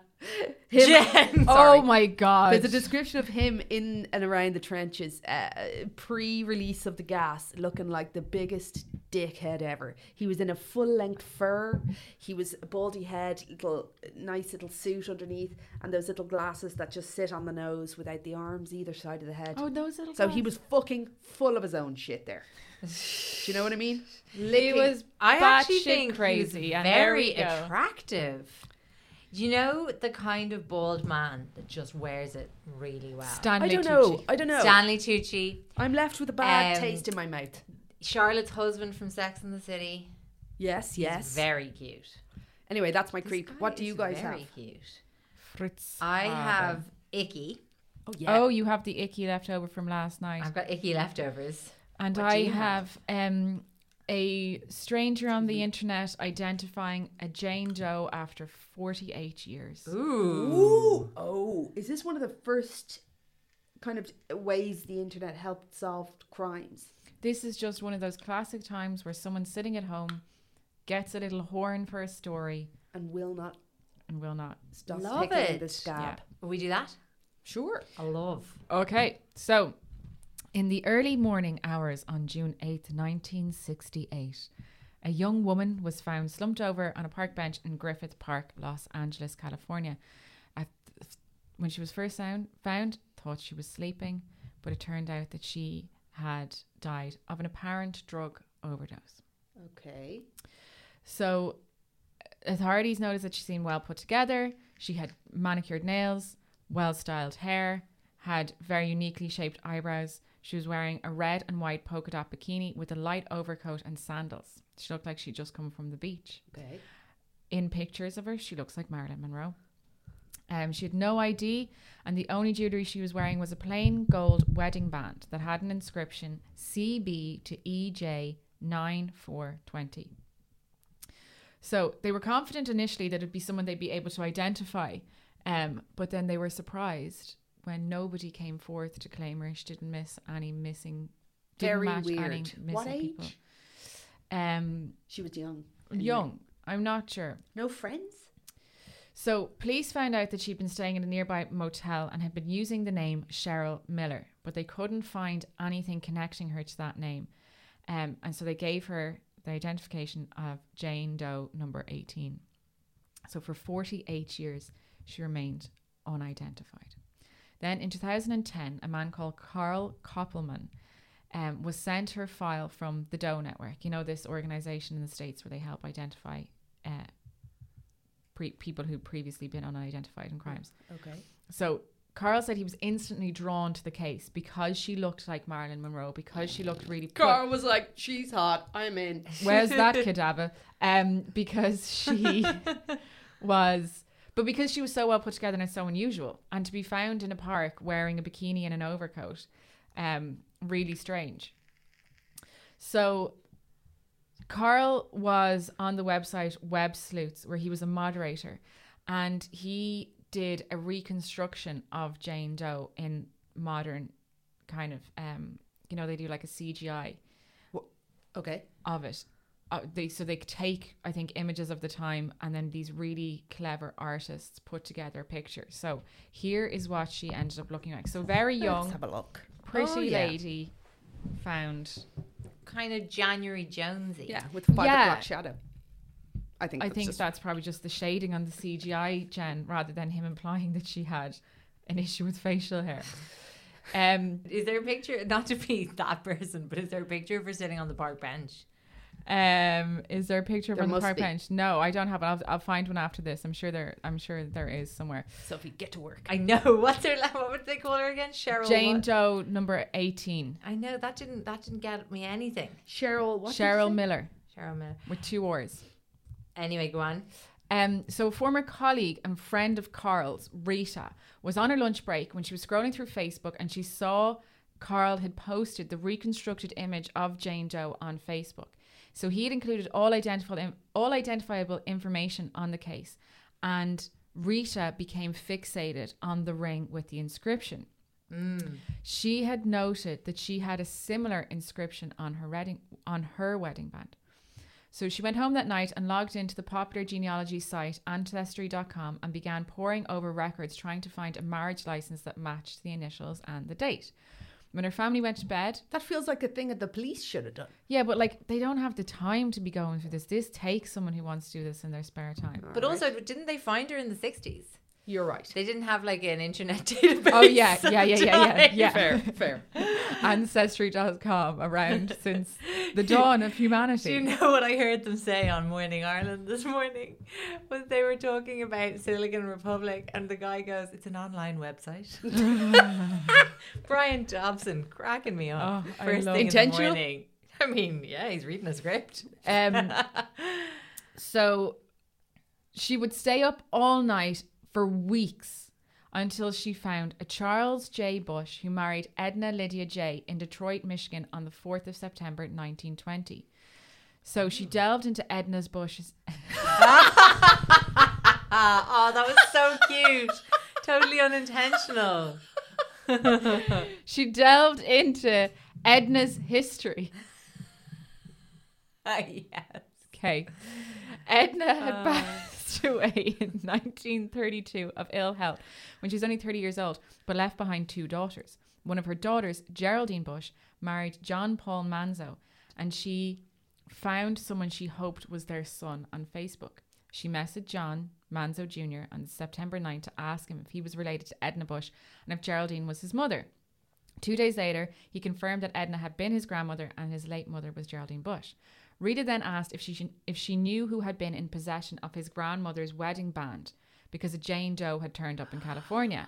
Him-
Jen,
Oh
sorry.
my god.
There's a description of him in and around the trenches, uh, pre-release of the gas, looking like the biggest dickhead ever. He was in a full-length fur. He was a baldy head, little nice little suit underneath, and those little glasses that just sit on the nose without the arms either side of the head.
Oh, those little
So he was
glasses.
fucking full of his own shit there. Do you know what I mean?
He was
I actually
batshit
think
crazy.
he's
and there
very
we go.
attractive. You know the kind of bald man that just wears it really well.
Stanley
I don't
Tucci.
know. I don't know.
Stanley Tucci,
I'm left with a bad
Um,
taste in my mouth.
Charlotte's husband from Sex and the City.
Yes, yes.
Very cute.
anyway, that's my
This
creep.
guy
What do you
is
guys
very
have?
cute.
Fritz.
I
Haber.
have Icky.
Oh yeah.
Oh, you have the icky left over from last night.
I've got Icky leftovers.
And
What do
I
you
have, um, a stranger on
Mm-hmm.
the internet identifying a Jane Doe after 48 years.
Ooh. Oh, is this one of the first kind of ways the internet helped solve crimes?
This is just one of those classic times where someone sitting at home gets a little horn for a story
And will not
and will not.
stop
Love
picking
it.
the scab.
Yeah.
Will we do that?
Sure.
I love.
Okay, so in the early morning hours on June 8th, 1968, a young woman was found slumped over on a park bench in Griffith Park, Los Angeles, California. At when she was first sound, found, thought she was sleeping, but it turned out that she had died of an apparent drug overdose.
Okay.
So authorities noticed that she seemed well put together. She had manicured nails, well styled hair, had very uniquely shaped eyebrows. She was wearing a red and white polka dot bikini with a light overcoat and sandals. She looked like she'd just come from the beach.
Okay.
In pictures of her, she looks like Marilyn Monroe. Um, she had no ID, and the only jewelry she was wearing was a plain gold wedding band that had an inscription CB to E EJ 9420. So they were confident initially that it'd be someone they'd be able to identify, um, but then they were surprised when nobody came forth to claim her. She didn't miss any missing. Didn't
Very
match
weird.
Any missing
What age?
People. Um,
She was young.
young. I'm not sure.
No friends?
So, police found out that she'd been staying in a nearby motel and had been using the name Cheryl Miller, but they couldn't find anything connecting her to that name. Um, and so they gave her the identification of Jane Doe number 18. So, for 48 years, she remained unidentified. Then, in 2010, a man called Carl Koppelman um, was sent her file from the Doe Network, you know, this organization in the States where they help identify. Uh, pre- people who'd previously been unidentified in crimes.
Okay.
So Carl said he was instantly drawn to the case because she looked like Marilyn Monroe, because she looked really. put-
Car was like, she's hot. I'm in.
Where's that cadaver? Um, because she was, but because she was so well put together and so unusual, and to be found in a park wearing a bikini and an overcoat, um, really strange. So, Carl was on the website Web Sleuths, where he was a moderator, and he did a reconstruction of Jane Doe in modern kind of, um, you know, they do like a CGI
Okay.
of it. Uh, they so they take I think images of the time and then these really clever artists put together a picture. So here is what she ended up looking like. So very young,
a look.
pretty
Oh, yeah.
lady, found.
Kind of January Jonesy.
Yeah, with five
Yeah.
o'clock shadow. I think
I
that's
think
just-
that's probably just the shading on the CGI Jen, rather than him implying that she had an issue with facial hair. Um,
Is there a picture, not to be that person, but is there a picture of her sitting on the park bench?
um, is there a picture
There
from the
must
park
be.
bench? No, I don't have it. I'll, I'll find one after this. I'm sure there. I'm sure there is somewhere.
Sophie, get to work.
I know. What's her, la- what would they call her again? Cheryl.
Jane
what?
Doe number eighteen.
I know that didn't that didn't get me anything.
Cheryl, what did you
Cheryl
say?
Miller
Cheryl Miller.
with two R's.
Anyway, go on.
Um, so, a former colleague and friend of Carl's, Rita, was on her lunch break when she was scrolling through Facebook and she saw Carl had posted the reconstructed image of Jane Doe on Facebook. So he had included all identifiable all identifiable information on the case, and Rita became fixated on the ring with the inscription. She had noted that she had a similar inscription on her wedding on her wedding band. So she went home that night and logged into the popular genealogy site ancestry.com and began poring over records trying to find a marriage license that matched the initials and the date. When her family went to bed,
That feels like a thing that the police should have done.
yeah, but like they don't have the time to be going through this. This takes someone who wants to do this in their spare time.
But also, didn't they find her in the sixties?
You're right.
They didn't have like an internet database.
Oh yeah, yeah, yeah,
at the
yeah, yeah,
time.
yeah. Fair, fair. Ancestry.com around since the dawn of humanity.
Do you know what I heard them say on Morning Ireland this morning? Was they were talking about Silicon Republic, and the guy goes, "It's an online website." Brian Dobson cracking me up
Oh, I
first
love-
thing
Intentional?
in the morning. I mean, yeah, he's reading a script.
Um, so she would stay up all night for weeks until she found a Charles J. Bush who married Edna Lydia J. in Detroit, Michigan on the 4th of September 1920. So she delved into Edna's Bush's.
Ah, oh, that was so cute. totally unintentional.
She delved into Edna's history.
Ah, yes.
Okay. Edna had passed away in 1932 of ill health when she was only 30 years old, but left behind two daughters. One of her daughters, Geraldine Bush, married John Paul Manzo, and she found someone she hoped was their son on Facebook. She messaged John Manzo Jr. on September 9 to ask him if he was related to Edna Bush and if Geraldine was his mother. Two days later, he confirmed that Edna had been his grandmother and his late mother was Geraldine Bush. Rita then asked if she if she knew who had been in possession of his grandmother's wedding band because a Jane Doe had turned up in California,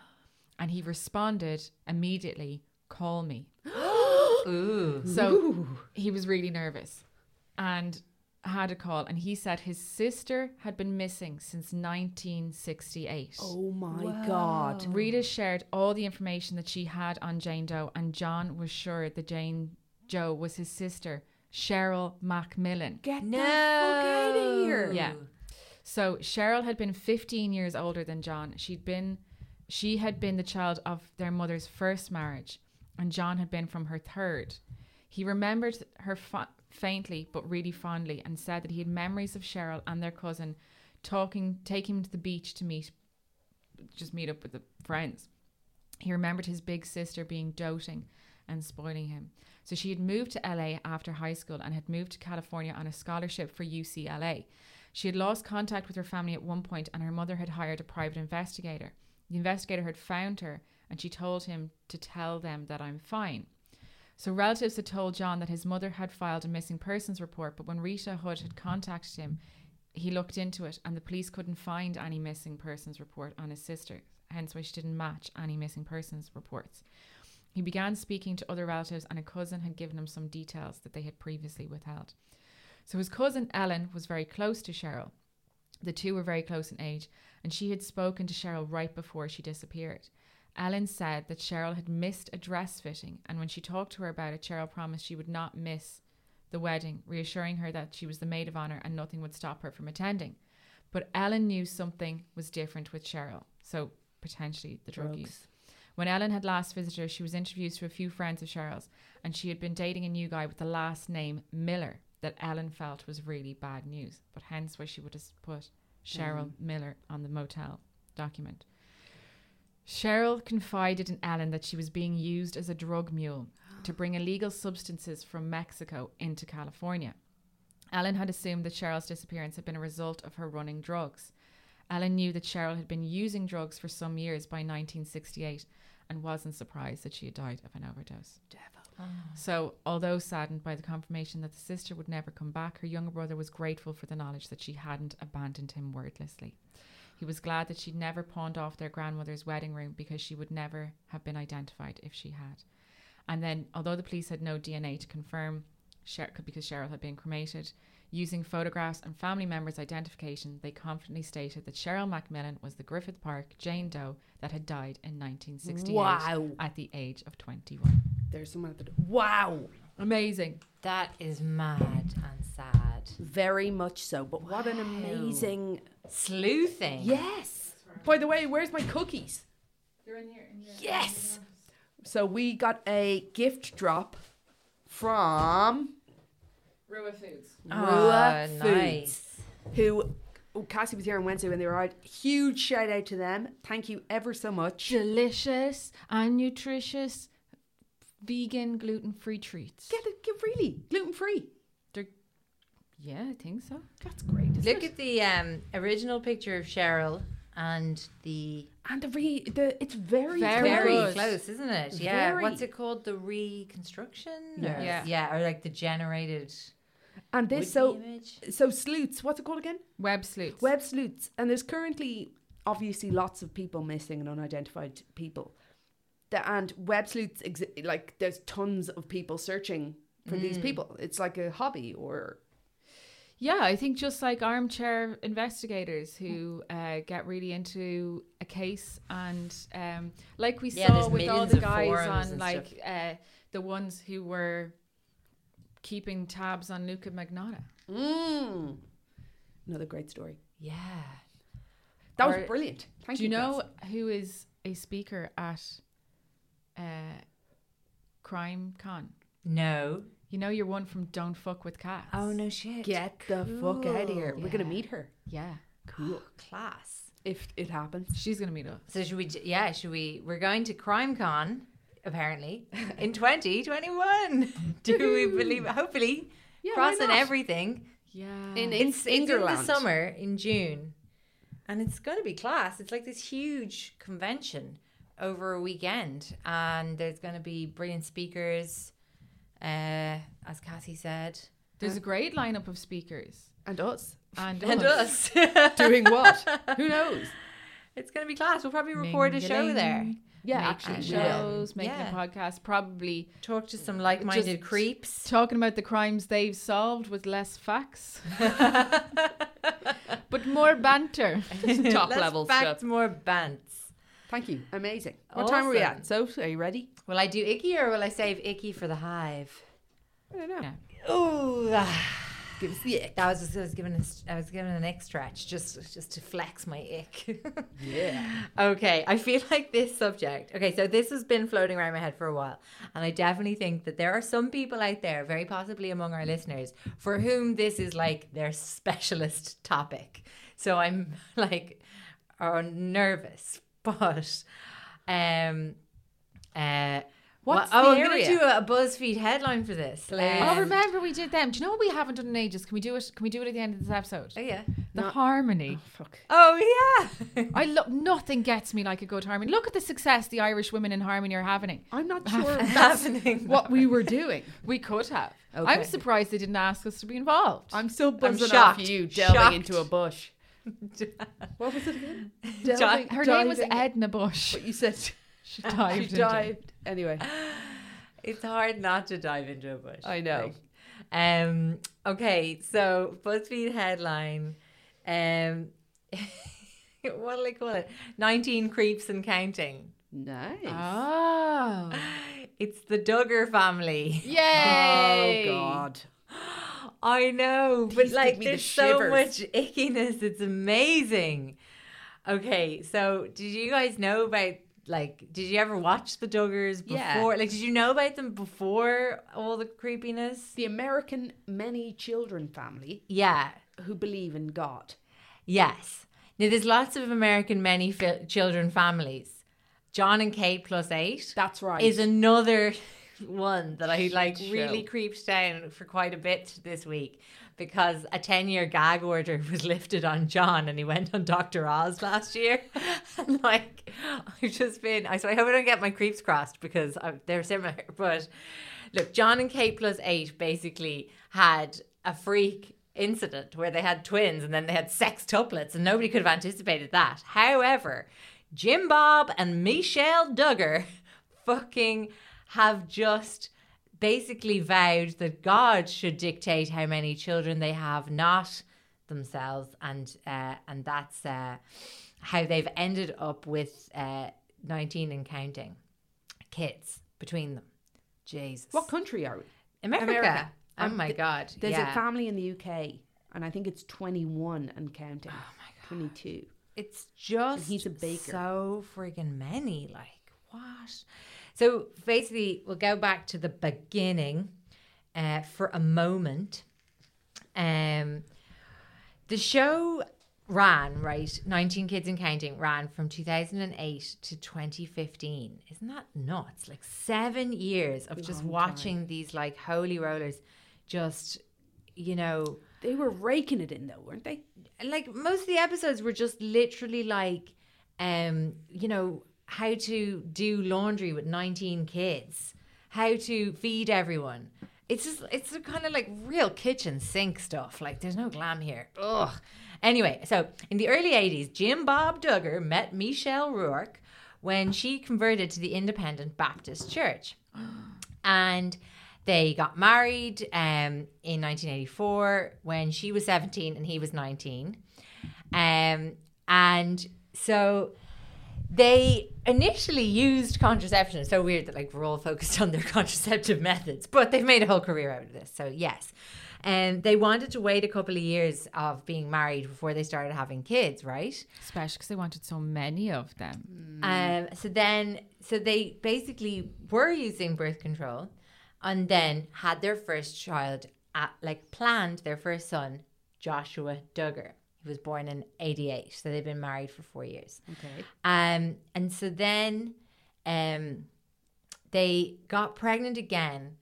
and he responded immediately, "Call me." So he was really nervous, and had a call, and he said his sister had been missing since 1968.
Oh my god.
Rita shared all the information that she had on Jane Doe, and John was sure that Jane Doe was his sister, Cheryl Macmillan.
Get
No.
the fuck out of here.
Yeah. So Cheryl had been 15 years older than John. She'd been, she had been the child of their mother's first marriage, and John had been from her third. He remembered her fa- faintly, but really fondly, and said that he had memories of Cheryl and their cousin talking, taking him to the beach to meet, just meet up with the friends. He remembered his big sister being doting and spoiling him. So she had moved to LA after high school and had moved to California on a scholarship for UCLA. She had lost contact with her family at one point and her mother had hired a private investigator. The investigator had found her and she told him to tell them that I'm fine. So relatives had told John that his mother had filed a missing persons report, but when Rita Hood had contacted him, he looked into it and the police couldn't find any missing persons report on his sister, hence why she didn't match any missing persons reports. He began speaking to other relatives and a cousin had given him some details that they had previously withheld. So his cousin Ellen was very close to Cheryl. The two were very close in age, and she had spoken to Cheryl right before she disappeared. Ellen said that Cheryl had missed a dress fitting, and when she talked to her about it, Cheryl promised she would not miss the wedding, reassuring her that she was the maid of honor and nothing would stop her from attending. But Ellen knew something was different with Cheryl, so potentially the drug use. When Ellen had last visited her, she was introduced to a few friends of Cheryl's, and she had been dating a new guy with the last name Miller that Ellen felt was really bad news, but hence why she would have put Cheryl Miller on the motel document. Cheryl confided in Ellen that she was being used as a drug mule to bring illegal substances from Mexico into California. Ellen had assumed that Cheryl's disappearance had been a result of her running drugs. Ellen knew that Cheryl had been using drugs for some years by 1968, and wasn't surprised that she had died of an overdose. So, although saddened by the confirmation that the sister would never come back, her younger brother was grateful for the knowledge that she hadn't abandoned him wordlessly. He was glad that she'd never pawned off their grandmother's wedding ring because she would never have been identified if she had. And then, although the police had no DNA to confirm, Sher- because Cheryl had been cremated, using photographs and family members' identification, they confidently stated that Cheryl Macmillan was the Griffith Park Jane Doe that had died in 1968
Wow.
at the age of 21.
There's someone at the door. Wow.
Amazing.
That is mad and sad.
Very much so. But what an amazing.
Sleuthing.
Yes. By the way, where's my cookies? They're in here. yes. So we got a gift drop from
Rua Foods.
Rua Foods,
Oh, nice.
who oh, Cassie was here on Wednesday when they were out. Huge shout out to them. Thank you ever so much.
Delicious and nutritious vegan gluten free treats.
Get it, get really gluten free.
They're- yeah, I think so.
That's great. isn't
Look
it?
at the um, original picture of Cheryl and the
and the re the it's very
Very
very
close.
close, isn't it? Yeah.
Very.
What's it called? The reconstruction? Or-
Yeah.
Yeah, or like the generated
and
would-be
this so
image.
so sleuths. What's it called again?
Web sleuths.
Web sleuths, and there's currently obviously lots of people missing and unidentified people. The, and web sleuths exi- like there's tons of people searching for these
Mm.
people. It's like a hobby or
Yeah, I think just like armchair investigators who uh, get really into a case, and um, like we
Yeah,
saw
there's
with all
millions
the
of
guys
forums
on
and
like uh, the ones who were keeping tabs on Luca Magnotta.
mm. another great story.
Yeah.
That
Or-
was brilliant. Thank
Do you know
Cass.
who is a speaker at uh, Crime Con?
No.
You know you're one from Don't Fuck with Cats.
Oh, shit.
Get the fuck out of here. We're gonna
Yeah.
meet her
Yeah,
Cool. Class.
if it happens.
she's gonna meet us.
So should we? j- Yeah, should we? We're going to CrimeCon apparently in 2021. Do we believe? Hopefully,
Yeah, why
crossing
not?
everything.
Yeah,
In
It's, it's in the
Ingerland.
summer in June, and it's going to be class. It's like this huge convention over a weekend, and there's going to be brilliant speakers. Uh, as Cassie said,
there's a great lineup of speakers
and us
and
and us.
doing what? Who knows?
it's going to be class. We'll probably record a show there.
Mingling.
Yeah,
actually
actually, we will.
shows, making
Yeah.
a podcast, probably
Talk to some like-minded creeps.
talking about the crimes they've solved with less facts, but more banter.
Top
Let's
level
back
stuff.
to more bants.
Thank you. Amazing.
Oh.
What time are we
Awesome.
at? So, are you ready?
Will I do Icky or will I save Icky for the hive?
I don't know.
Yeah.
Oh,
Give us the ick.
that was just, I was given a, s- I was given an ick stretch just just to flex my ick. yeah. Okay, I feel like this subject. Okay, so this has been floating around my head for a while, and I definitely think that there are some people out there, very possibly among our listeners, for whom this is like their specialist topic. So I'm like, are nervous, but, um, uh.
What's
well- oh,
the
I'm going
area?
to do a BuzzFeed headline for this.
Oh,
Um,
remember we did them. Do you know what we haven't done in ages? Can we do it? Can we do it at the end of this episode?
Oh, yeah.
The harmony.
Fuck.
Oh yeah.
I love nothing gets me like a good harmony. Look at the success the Irish women in harmony are having.
I'm not sure that's
Happening.
what Oh we were doing.
We could have.
Okay.
I'm surprised they didn't ask us to be involved.
I'm still buzzing
shocked.
off you delving
Shocked.
into a bush. What was it again?
Di- her name was
diving-
Edna Bush.
But you said
She dived.
she
into it.
dived. Anyway,
It's hard not to dive into a bush.
I know.
Um. Okay. So BuzzFeed headline. Um. what do they call it? Nineteen creeps and counting.
Nice.
Oh.
It's the Duggar family.
Yay!
Oh, God.
I know,
These
but
give
like
me the
there's so
shivers.
much ickiness. It's amazing. Okay, so did you guys know about like did you ever watch the Duggars before?
Yeah.
Like did you know about them before all the creepiness?
The American many children family
Yeah.
who believe in God.
Yes. Now there's lots of American many fi- children families. John and Kate plus 8.
That's right.
Is another one that I like
show.
really creeped down for quite a bit this week because a 10 year gag order was lifted on John and he went on Dr. Oz last year. and like, I've just been, I so I hope I don't get my creeps crossed because I, they're similar. But look, John and K plus eight basically had a freak incident where they had twins and then they had sextuplets and nobody could have anticipated that. However, Jim Bob and Michelle Duggar fucking have just basically vowed that God should dictate how many children they have, not themselves, and uh, and that's uh, how they've ended up with uh, nineteen and counting kids between them. Jesus,
What country are we?
America.
America.
Oh
Um,
my
th-
God!
There's
yeah.
a family in the UK, and I think it's 21 and counting. Oh my god, 22.
It's just
he's a baker.
so friggin' many. Like what? So basically, we'll go back to the beginning uh, for a moment. Um, the show ran right. Nineteen Kids and Counting ran from 2008 to 2015. Isn't that nuts? Like seven years of just watching these like holy rollers, just you know
They were raking it in though, weren't they?
like most of the episodes were just literally like um you know how to do laundry with 19 kids how to feed everyone it's just it's kind of like real kitchen sink stuff like there's no glam here ugh anyway so in the early 80s jim bob duggar met michelle rourke when she converted to the independent baptist church and they got married um, in 1984 when she was 17 and he was 19 um, and so they initially used contraception. It's so weird that like we're all focused on their contraceptive methods, but they've made a whole career out of this. So yes, and they wanted to wait a couple of years of being married before they started having kids, right?
Especially because they wanted so many of them.
Um, so then, so they basically were using birth control, and then had their first child, at, like planned their first son, Joshua Duggar. He was born in '88, so they've been married for four years. Okay. Um, and so then, um, they got pregnant again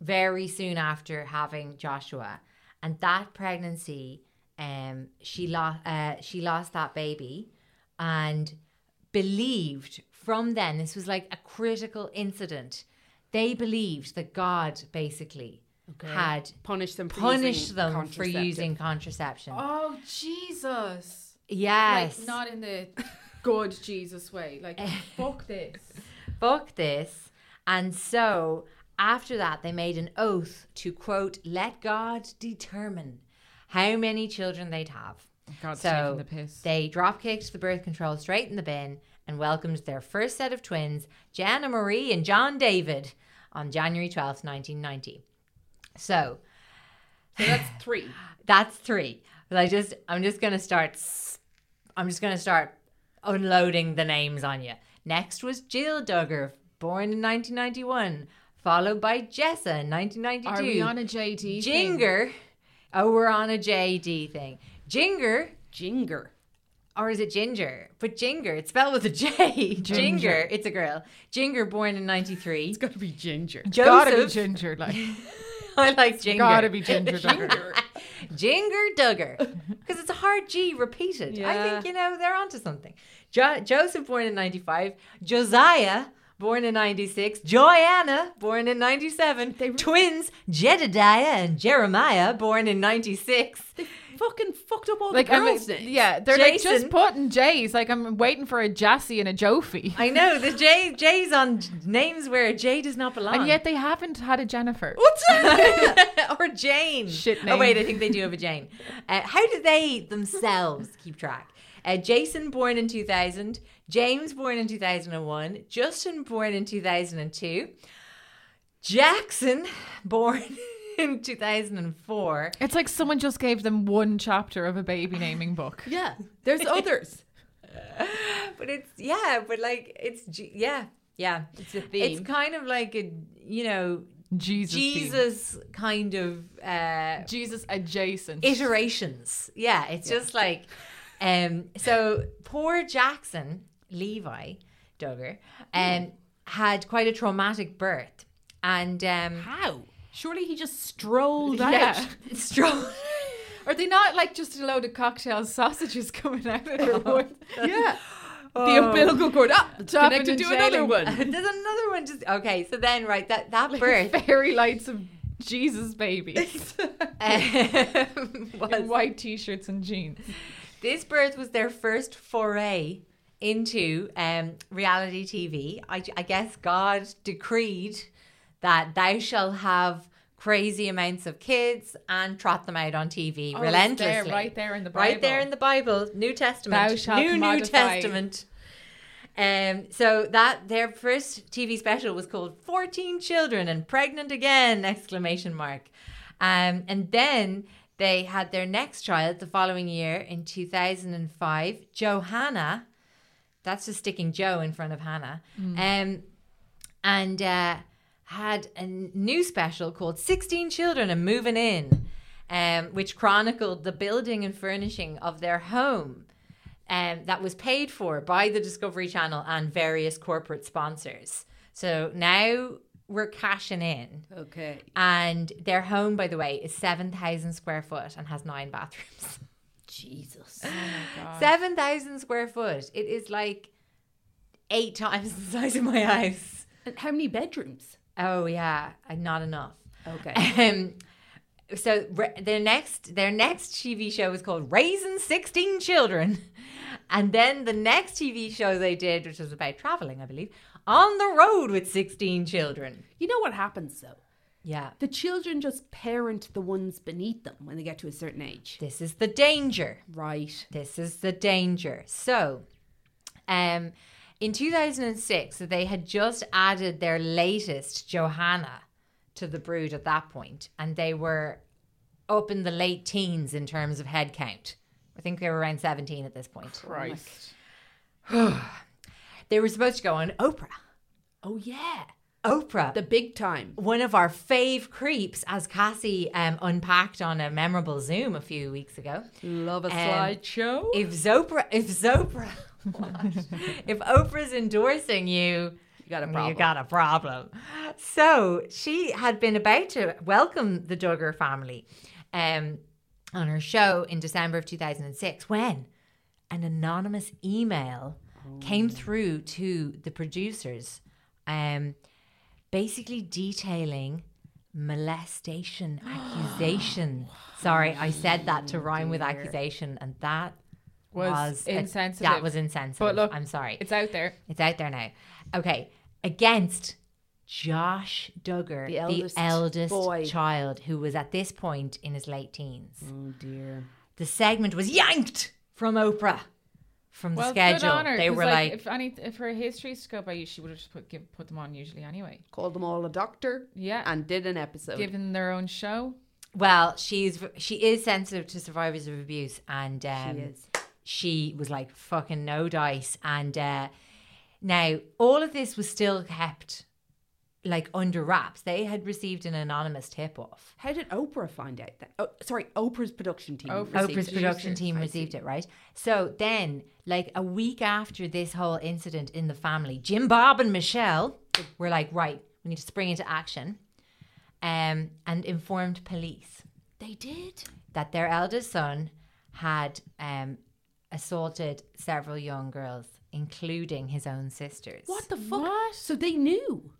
very soon after having Joshua, and that pregnancy, um, she lost, uh, she lost that baby, and believed from then this was like a critical incident. They believed that God basically had
Punish them. for
punished
using
them for
contraceptive.
using contraception.
Oh Jesus!
yes,
Like not in the good Jesus way. Like fuck this.
fuck this. And so after that, they made an oath to quote, let God determine how many children they'd have.
God's
so
taking the piss.
they drop kicked the birth control straight in the bin and welcomed their first set of twins, Jana Marie and John David, on January 12th, 1990. So
So that's three.
that's three. But I just, I'm just gonna start. s- I'm just gonna start unloading the names on you. Next was Jill Duggar, born in 1991, followed by Jessa in 1992.
Are we on a JD? thing?
Jinger? Oh, we're on a JD thing. Jinger,
Ginger.
or is it Ginger? But Jinger, it's spelled with a J. Ginger, it's a girl. Jinger, born in 93.
It's got to be ginger.
Gotta be
Joseph-
ginger. Like
I like Jinger.
gotta be ginger. Duggar.
Jinger Duggar. Because it's a hard G repeated. I
Yeah.
think, you know, they're onto something. Jo- Joseph, born in 95. Josiah, born in 96. Joanna, born in 97. Twins, Jedediah and Jeremiah, born in 96.
Fucking fucked up all
Like
the
I'm,
girls' names.
yeah, they're like just
Jason.
putting J's. Like I'm waiting for a Jassy and a Jofi,
I know, the J J's on names where a J does not belong.
and yet they haven't had a Jennifer.
or Jane.
Shit
Oh wait, I
name.
think they do have a Jane. Uh, how do they themselves keep track? Uh, Jason born in 2000, James born in 2001, Justin born in 2002, Jackson born in 2004.
It's like someone just gave them one chapter of a baby naming book.
yeah. There's others.
But it's yeah, but like it's G- yeah, yeah. It's
a theme.
It's kind of like a you know
Jesus. theme.
Jesus kind of uh,
Jesus adjacent.
iterations. Yeah, it's just like um so poor Jackson Levi Duggar um had quite a traumatic birth and um,
How? Surely he just strolled out.
Yeah.
stroll.
Are they not like just a load of cocktail sausages coming out of their wood?
Yeah. The umbilical cord
Ah,
up, connected
and
to another
jailing.
one.
There's another one. Just okay. So then, right, that that birth
Fairy lights of Jesus babies
um,
in
was
white t-shirts and jeans.
this birth was their first foray into um, reality TV. I, I guess God decreed that thou shall have crazy amounts of kids and trot them out on TV
Oh, it's there,
relentlessly.
right there in the
Right there
Bible.
in the Bible, New Testament,
Thou shalt
New New
modify.
Testament. Um, so that their first TV special was called 14 Children and Pregnant Again exclamation mark. Um, and then they had their next child the following year in 2005, Johanna. That's just sticking Joe in front of Hannah.
Hmm.
Um, and uh, had a new special called 16 Children and Moving In, um, which chronicled the building and furnishing of their home um, that was paid for by the Discovery Channel and various corporate sponsors. So now we're cashing in.
Okay.
And their home, by the way, is 7,000 square foot and has nine bathrooms.
Jesus.
7,000 square foot. It is like eight times the size of my house.
And how many bedrooms?
Oh yeah, uh, not enough.
Okay.
Um, so re- their next their next TV show was called Raising Sixteen Children, and then the next TV show they did, which was about traveling, I believe, on the road with sixteen children.
You know what happens though?
Yeah,
The children just parent the ones beneath them when they get to a certain age.
this is the danger.
Right.
This is the danger. So, um, in 2006, they had just added their latest Johanna to the brood at that point, and they were up in the late teens in terms of head count. I think they were around 17 at this point.
Christ.
They were supposed to go on Oprah.
Oh yeah.
Oprah.
The big time.
one of our fave creeps, as Cassie um, unpacked on a memorable Zoom a few weeks ago.
Love a
Um,
slideshow.
If Zopra, if Zopra, if Oprah's endorsing you, you
got a
You
problem.
got a problem. So she had been about to welcome the Duggar family um, on her show in December of 2006 when an anonymous email came through to the producers um, basically detailing molestation accusation. Sorry, I said that to rhyme with accusation, and that
Was
was, a-
insensitive.
that was insensitive.
But look,
I'm sorry.
It's out there.
It's out there now. Okay, against Josh Duggar,
The
the eldest,
eldest boy.
child, who was at this point in his late teens.
Oh dear.
The segment was yanked from Oprah from the
Well,
schedule.
good on her,
they
'cause,
were like,
if any, if her history's to go by, she would have just put give, put them on usually anyway.
Called them all a doctor.
Yeah.
And did an episode.
Given their own show,
well, she's she is sensitive to survivors of abuse, and um, she,
is.
was like fucking no dice. And uh, now all of this was still kept like under wraps. They had received an anonymous tip off.
How did Oprah find out that? Oh, sorry, Oprah's production team.
Oprah's
received
Oprah's
it.
production team
I
received
see.
it, right? So then, like a week after this whole incident in the family, Jim Bob and Michelle were like, right, we need to spring into action um, and informed police
They did.
that their eldest son had um, assaulted several young girls, including his own sisters.
What the fuck? So they knew.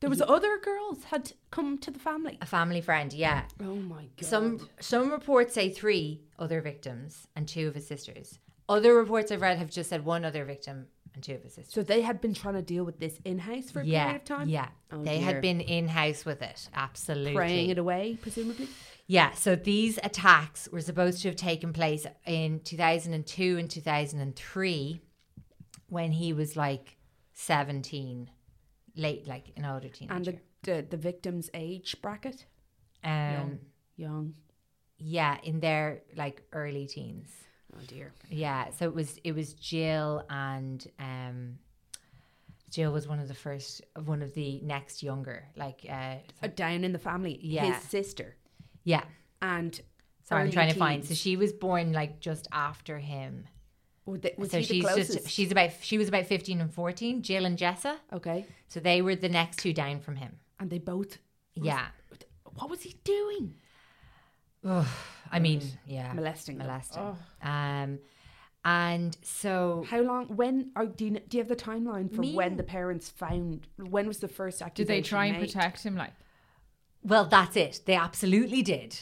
There was other girls had come to the family.
A family friend, yeah.
Oh my god.
Some some reports say three other victims and two of his sisters. Other reports I've read have just said one other victim and two of his sisters.
So they had been trying to deal with this in house for a
yeah,
period of time.
Yeah.
Oh,
they
dear.
had been in house with it. Absolutely.
praying it away, presumably.
Yeah. So these attacks were supposed to have taken place in 2002 and 2003 when he was like 17, late, like an older teenager.
And the, the the victim's age bracket,
um,
young.
yeah, in their like early teens.
Oh dear.
Yeah, so it was it was Jill and um Jill was one of the first one of the next younger like uh
Uh, down in the family,
Yeah.
his sister
yeah
and.
So I'm
early
trying to find. So
teens.
she was born like just after him.
Were they- was
so
he the
she's
closest?
just she's about she was about 15 and 14. Jill and Jessa.
okay.
So they were the next two down from him.
and they both. was-
Yeah.
What was he doing?
Ugh, I mean, yeah,
Molesting them. Oh.
molesting. Um, and so
How long? When? Or do you kn- do you have the timeline for
Me-
when the parents found? When was the first
Did
accusation?
they try and
made?
protect him? Like,
Well, that's it. They absolutely did.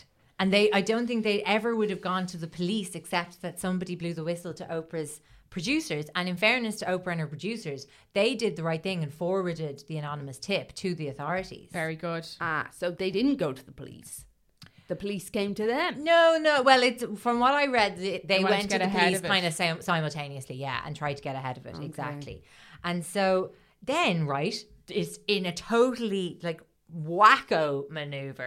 And they I don't think they ever would have gone to the police except that somebody blew the whistle to Oprah's producers. And in fairness to Oprah and her producers, they did the right thing and forwarded the anonymous tip to the authorities.
very good.
Ah, so they didn't go to the police. The police came to them.
No, no. Well, it's from what I read, th- they,
wanted to
went to,
get
the
ahead
police
of it.
kind of sim- simultaneously, yeah, and tried to get ahead of it exactly. And so then, right, it's in a totally like wacko maneuver.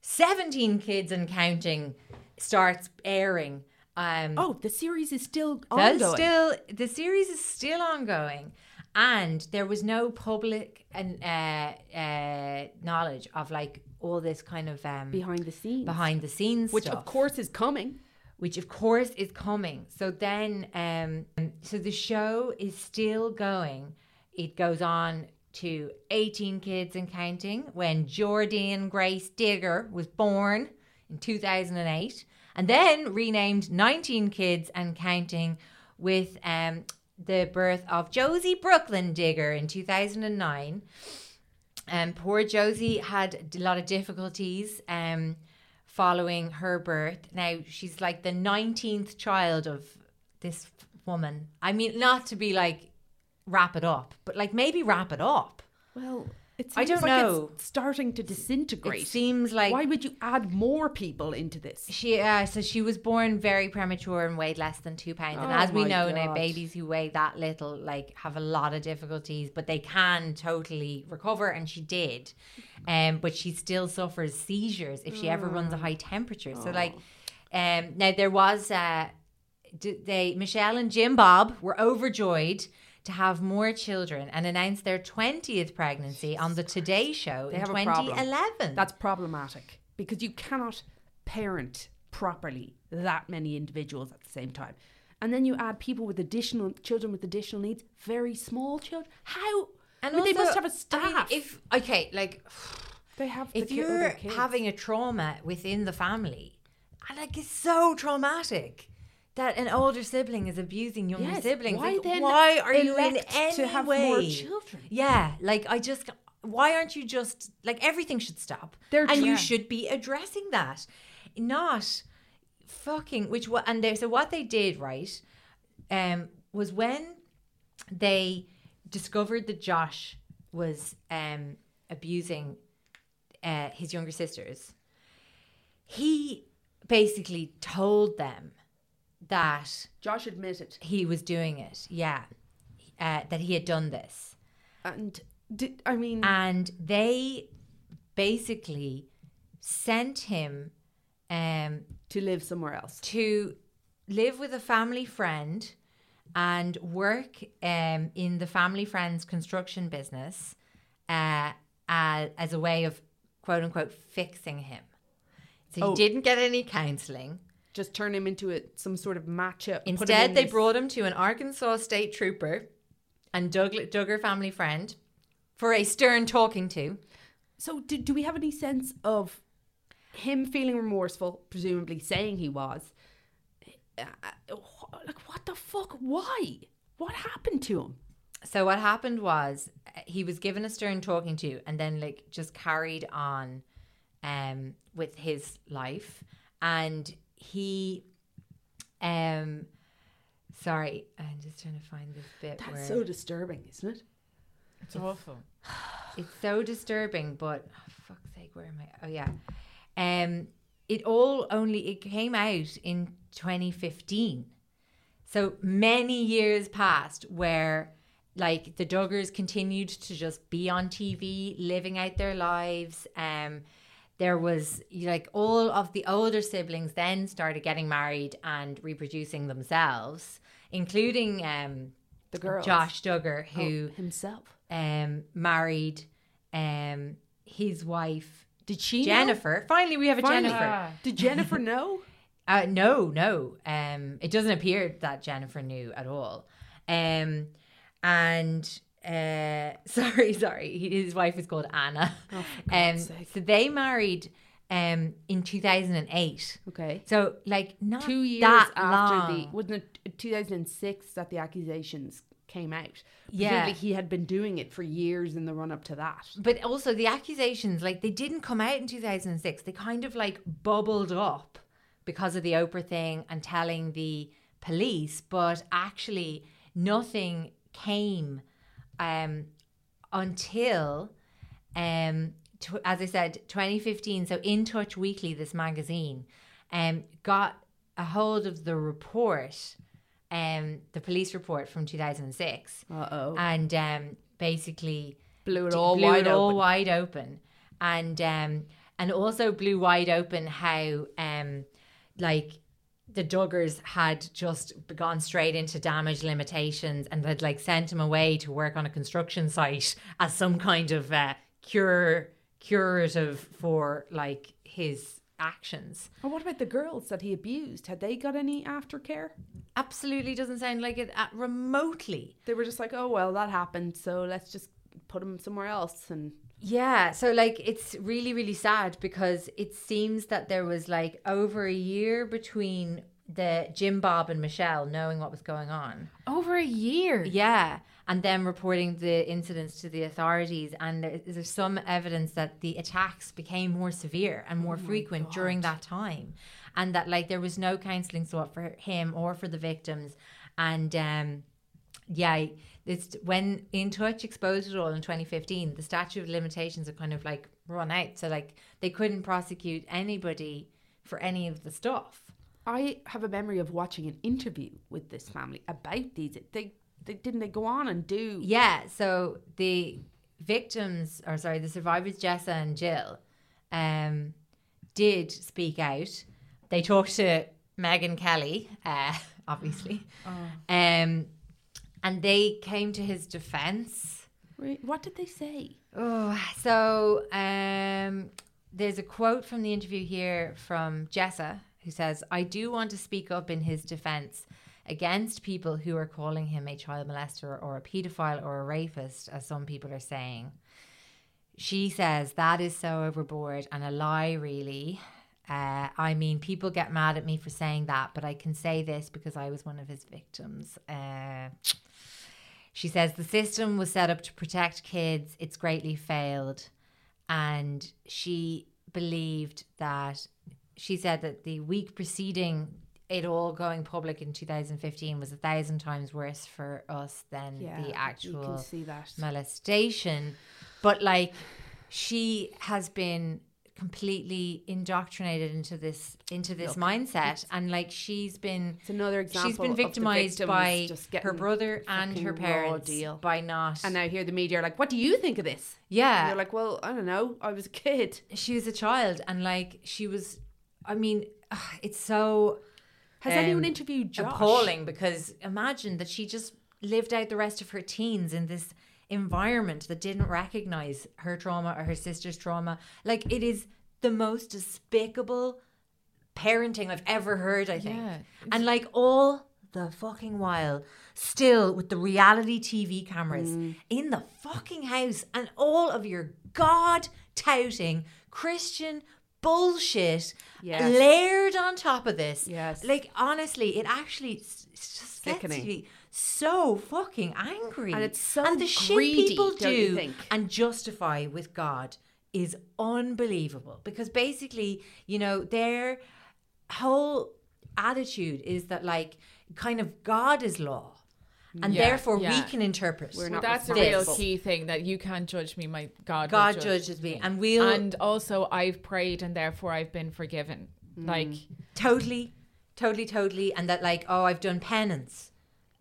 Seventeen kids and counting starts airing. Um,
Oh, the series is still
that's
ongoing.
still the series is still ongoing, and there was no public and uh, uh, knowledge of like all this kind of um,
behind the scenes.
behind the scenes,
which
stuff
of course is coming.
which of course is coming. So then, um, so the show is still going. It goes on to 18 kids and counting when Jordan Grace Digger was born in 2008, and then renamed 19 kids and counting with um, the birth of Josie Brooklyn Digger in 2009. Um, poor Josie had a lot of difficulties um, following her birth. Now she's like the nineteenth child of this f- woman. I mean, not to be like wrap it up, but like maybe wrap it up.
Well, it
I don't
seems like
know.
It's starting to disintegrate.
It seems like
Why would you add more people into this?
she? Uh, so she was born very premature and weighed less than two pounds. and
Oh
as we
my
know now,
God.
babies who weigh that little like have a lot of difficulties, but they can totally recover, and she did. Um, but she still suffers seizures if she ever runs a
Mm.
high temperature. So like,
Oh.
um, now there was uh, d- they Michelle and Jim Bob were overjoyed to have more children and announced their 20th pregnancy on the Today Show
They
in
have a problem.
2011.
That's problematic because you cannot parent properly that many individuals at the same time. And then you add people with additional children with additional needs, very small children. How? And they
also,
must have a
I
staff.
mean, if okay, like
they have, the
if
ki-
you're
other kids.
having a trauma within the family, and like it's so traumatic that an older sibling is abusing younger
Yes,
siblings.
why
like,
then
why are you in
elect
any
to have
way?
more children?
Yeah, like I just. Why aren't you just like everything should stop?
They're
and
trying.
you should be addressing that, not fucking which what and they so what they did right um was when they discovered that Josh was um abusing uh, his younger sisters he basically told them that
Josh admitted,
he was doing it yeah uh, that he had done this
and did, I mean,
and they basically sent him um
to live somewhere else.
to live with a family friend and work um, in the family friend's construction business uh, uh, as a way of quote unquote fixing him. So he
Oh.
didn't get any counseling.
Just turn him into a, some sort of matchup. put him in
Instead, they
this-
brought him to an Arkansas state trooper and Doug, Duggar family friend for a stern talking to.
So, do, do we have any sense of him feeling remorseful, presumably saying he was? Uh, wh- like, what the fuck? Why? What happened to him?
So what happened was uh, he was given a stern talking to and then like just carried on um with his life and he um sorry I'm just trying to find this bit
That's
where
so disturbing, isn't it?
It's awful.
it's so disturbing but oh, fuck's sake where am I oh yeah um it all only it came out in 2015 so many years passed where like the Duggars continued to just be on TV, living out their lives. Um, there was like all of the older siblings then started getting married and reproducing themselves, including um,
The girls. Oh.
Josh Duggar, who
himself.
um, married um, his wife
Did she? know?
Jennifer. Finally, we have a
Finally. Ah.
Jennifer.
Did Jennifer know?
Uh, no, no. Um, it doesn't appear that Jennifer knew at all. Um, and uh, sorry, sorry, he- his wife is called Anna.
Oh,
um, so they married um, in 2008.
Okay.
So, like, not
Two years
that
after
long.
the wasn't it 2006 that the accusations came out.
Yeah.
Presumably he had been doing it for years in the run up to that.
But also the accusations, like they didn't come out in 2006. They kind of like bubbled up because of the Oprah thing and telling the police, but actually nothing came um, until, um, tw as I said, 2015. So In Touch Weekly, this magazine, um, got a hold of the report, um, the police report from 2006.
Uh oh.
And um, basically
Blew it
d-
all
blew
wide
it all
open.
wide open, and um, and also blew wide open how um, like the Duggars had just gone straight into damage limitations and had like sent him away to work on a construction site as some kind of uh, cure curative for like his actions.
And what about the girls that he abused? Had they got any aftercare?
Absolutely doesn't sound like it uh, remotely.
They were just like, oh well, that happened, so let's just put him somewhere else. And
Yeah, so like it's really, really sad because it seems that there was like over a year between the Jim Bob and Michelle knowing what was going on.
Over a year.
Yeah, and them reporting the incidents to the authorities, and there- there's some evidence that the attacks became more severe and more frequent during that time, and that like there was no counselling sought for him or for the victims, and um, yeah, it's when In Touch exposed it all in 2015, the statute of limitations had kind of like run out, so like they couldn't prosecute anybody for any of the stuff.
I have a memory of watching an interview with this family about these. They, they didn't they go on and do
Yeah, so the victims, or sorry, the survivors, Jessa and Jill, um, did speak out. They talked to Megan Kelly, uh, obviously, um, and they came to his defense.
Re- What did they say?
Oh, so um, there's a quote from the interview here from Jessa who says, I do want to speak up in his defense against people who are calling him a child molester or a pedophile or a rapist, as some people are saying. She says, That is so overboard and a lie, really. Uh, I mean, people get mad at me for saying that, but I can say this because I was one of his victims. Uh, she says the system was set up to protect kids. It's greatly failed. And she believed that, she said that the week preceding it all going public in 2015 was a thousand times worse for us than
you can
the actual
see that.
molestation. But like, she has been completely indoctrinated into this into this mindset and like she's been
It's another
she's
example
been
of the
victimized
victims
by
just
her
getting
brother and
fucking
her
raw
parents
deal.
by not
And now here the media are like, "What do you think of this?" And
yeah
you're like, "Well, I don't know. I was a kid."
she was a child and like she was i mean ugh, it's so
Has
um,
anyone interviewed Josh?
appalling because imagine that she just lived out the rest of her teens in this environment that didn't recognize her trauma or her sister's trauma like it is the most despicable parenting i've ever heard i think
Yeah.
and like all the fucking while still with the reality tv cameras
Mm.
in the fucking house and all of your god touting christian bullshit
Yes.
layered on top of this
Yes.
like honestly, it actually s- it's just
Sickening.
gets you so fucking angry,
And it's so
and the shit
greedy,
people
don't
do
you think?
and justify with God is unbelievable because basically, you know, their whole attitude is that like kind of God is law, and
Yeah,
therefore we
yeah.
can interpret.
We're
Well,
not
that's a
responsible.
real key thing that you can't judge me. My God, will
God
judge.
judges me, and we'll
And also, I've prayed, and therefore I've been forgiven.
Mm.
Like,
Totally, totally, totally. And that, like, oh, I've done penance.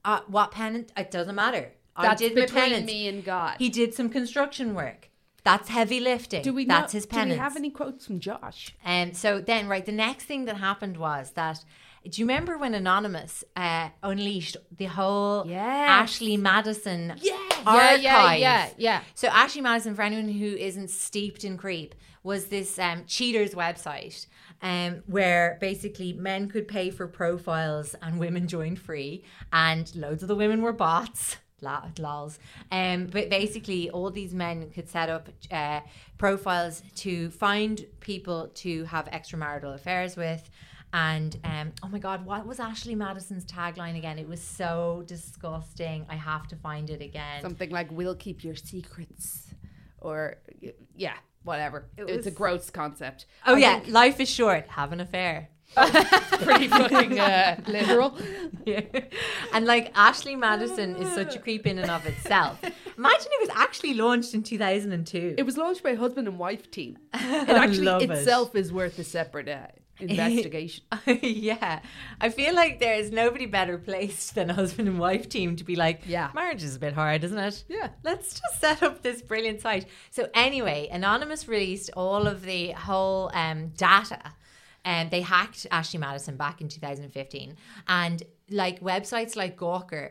Uh, what penance? It doesn't matter.
That's
I did my
between
penance.
me and God.
He did some construction work. That's heavy lifting.
Do we?
That's
know,
his penance.
Do we have any quotes from Josh?
Um, so then, right, the next thing that happened was that. Do you remember when Anonymous uh, unleashed the whole
Yes.
Ashley Madison
yeah,
archive?
yeah, yeah, yeah.
So Ashley Madison, for anyone who isn't steeped in creep, was this um, cheaters website um, where basically men could pay for profiles and women joined free, and loads of the women were bots. la- lols. Um, but basically, all these men could set up uh, profiles to find people to have extramarital affairs with. And um, oh my God, what was Ashley Madison's tagline again? It was so disgusting. I have to find it again.
Something like "We'll keep your secrets," or yeah, whatever. It was, it's a gross concept.
Oh I yeah, think- life is short. Have an affair.
pretty fucking uh, literal.
Yeah. And like Ashley Madison is such a creep in and of itself. Imagine it was actually launched in 2002.
It was launched by a husband and wife team. It actually itself it. is worth a separate uh, investigation.
yeah. I feel like there is nobody better placed than a husband and wife team to be like, yeah, marriage is a bit hard, isn't it?
Yeah.
Let's just set up this brilliant site. So, anyway, Anonymous released all of the whole um, data and um, they hacked Ashley Madison back in 2015 and like websites like Gawker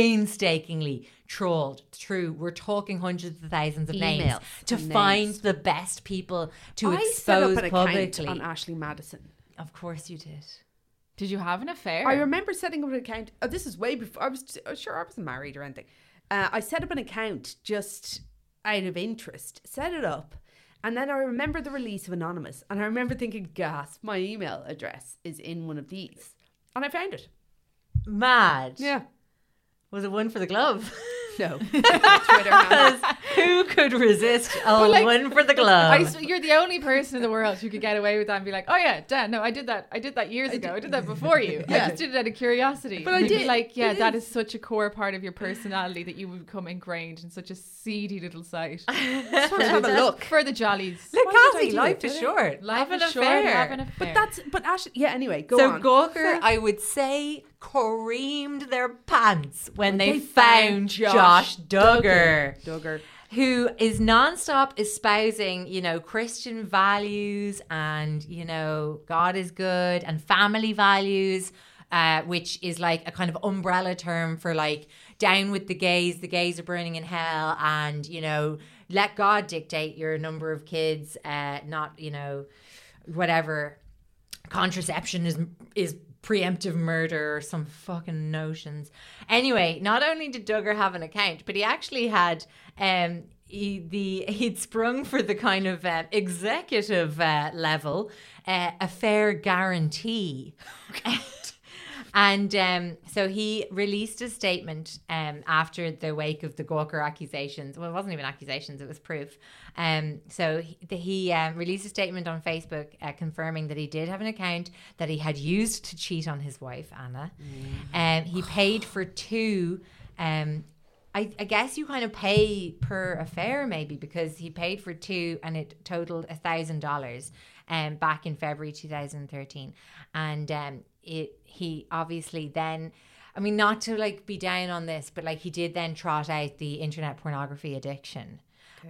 painstakingly trawled through we're talking hundreds of thousands of names
Emails,
to
names.
find the best people to
I set
expose
up an
publicly
account on Ashley Madison.
of course you did
Did you have an affair?
I remember setting up an account. Oh, this is way before I was t- sure I wasn't married or anything. Uh, I set up an account just out of interest. Set it up. And then I remember the release of Anonymous, and I remember thinking, "Gasp! My email address is in one of these," and I found it.
mad
Yeah,
was it one for the glove
no, Twitter handle.
who could resist a
like-
one for the glove
Um,
I sw- you're the only person in the world who could get away with that and be like, "Oh yeah, Dan, no, I did that. I did that years ago. I did that before you. I just did it out of curiosity." But
I
You'd be
did.
like, "Yeah,
It
that is such a core part of your personality that you would become ingrained in such a seedy little site."
Just want to have a look.
for the jollies.
Look,
Why did I
Cassie,
do
life
that?
is short.
Life
Have an
is short.
affair.
Have an affair.
But that's but Ashley. Yeah. Anyway, go
so
on.
Gawker, I would say, creamed their pants when they,
they
found,
found
Josh,
Josh
Duggar,
Duggar.
who is nonstop espousing, you know, Christian values and you know God is good and family values. Uh, which is like a kind of umbrella term for like down with the gays, the gays are burning in hell, and you know, let God dictate your number of kids, uh, not you know, whatever contraception is is preemptive murder or some fucking notions. Anyway, not only did Duggar have an account, but he actually had um he, the he'd sprung for the kind of uh, executive uh, level uh, affair guarantee. And um, so he released a statement um, after the wake of the Gawker accusations. Well, it wasn't even accusations, it was proof. Um, so he, the- he um, released a statement on Facebook uh, confirming that he did have an account that he had used to cheat on his wife, Anna. Um, he paid for two. Um, I, I guess you kind of pay per affair, maybe, because he paid for two and it totaled a thousand dollars um, back in February 2013. And um, it he obviously then, I mean, not to like be down on this, but like he did then trot out the internet pornography addiction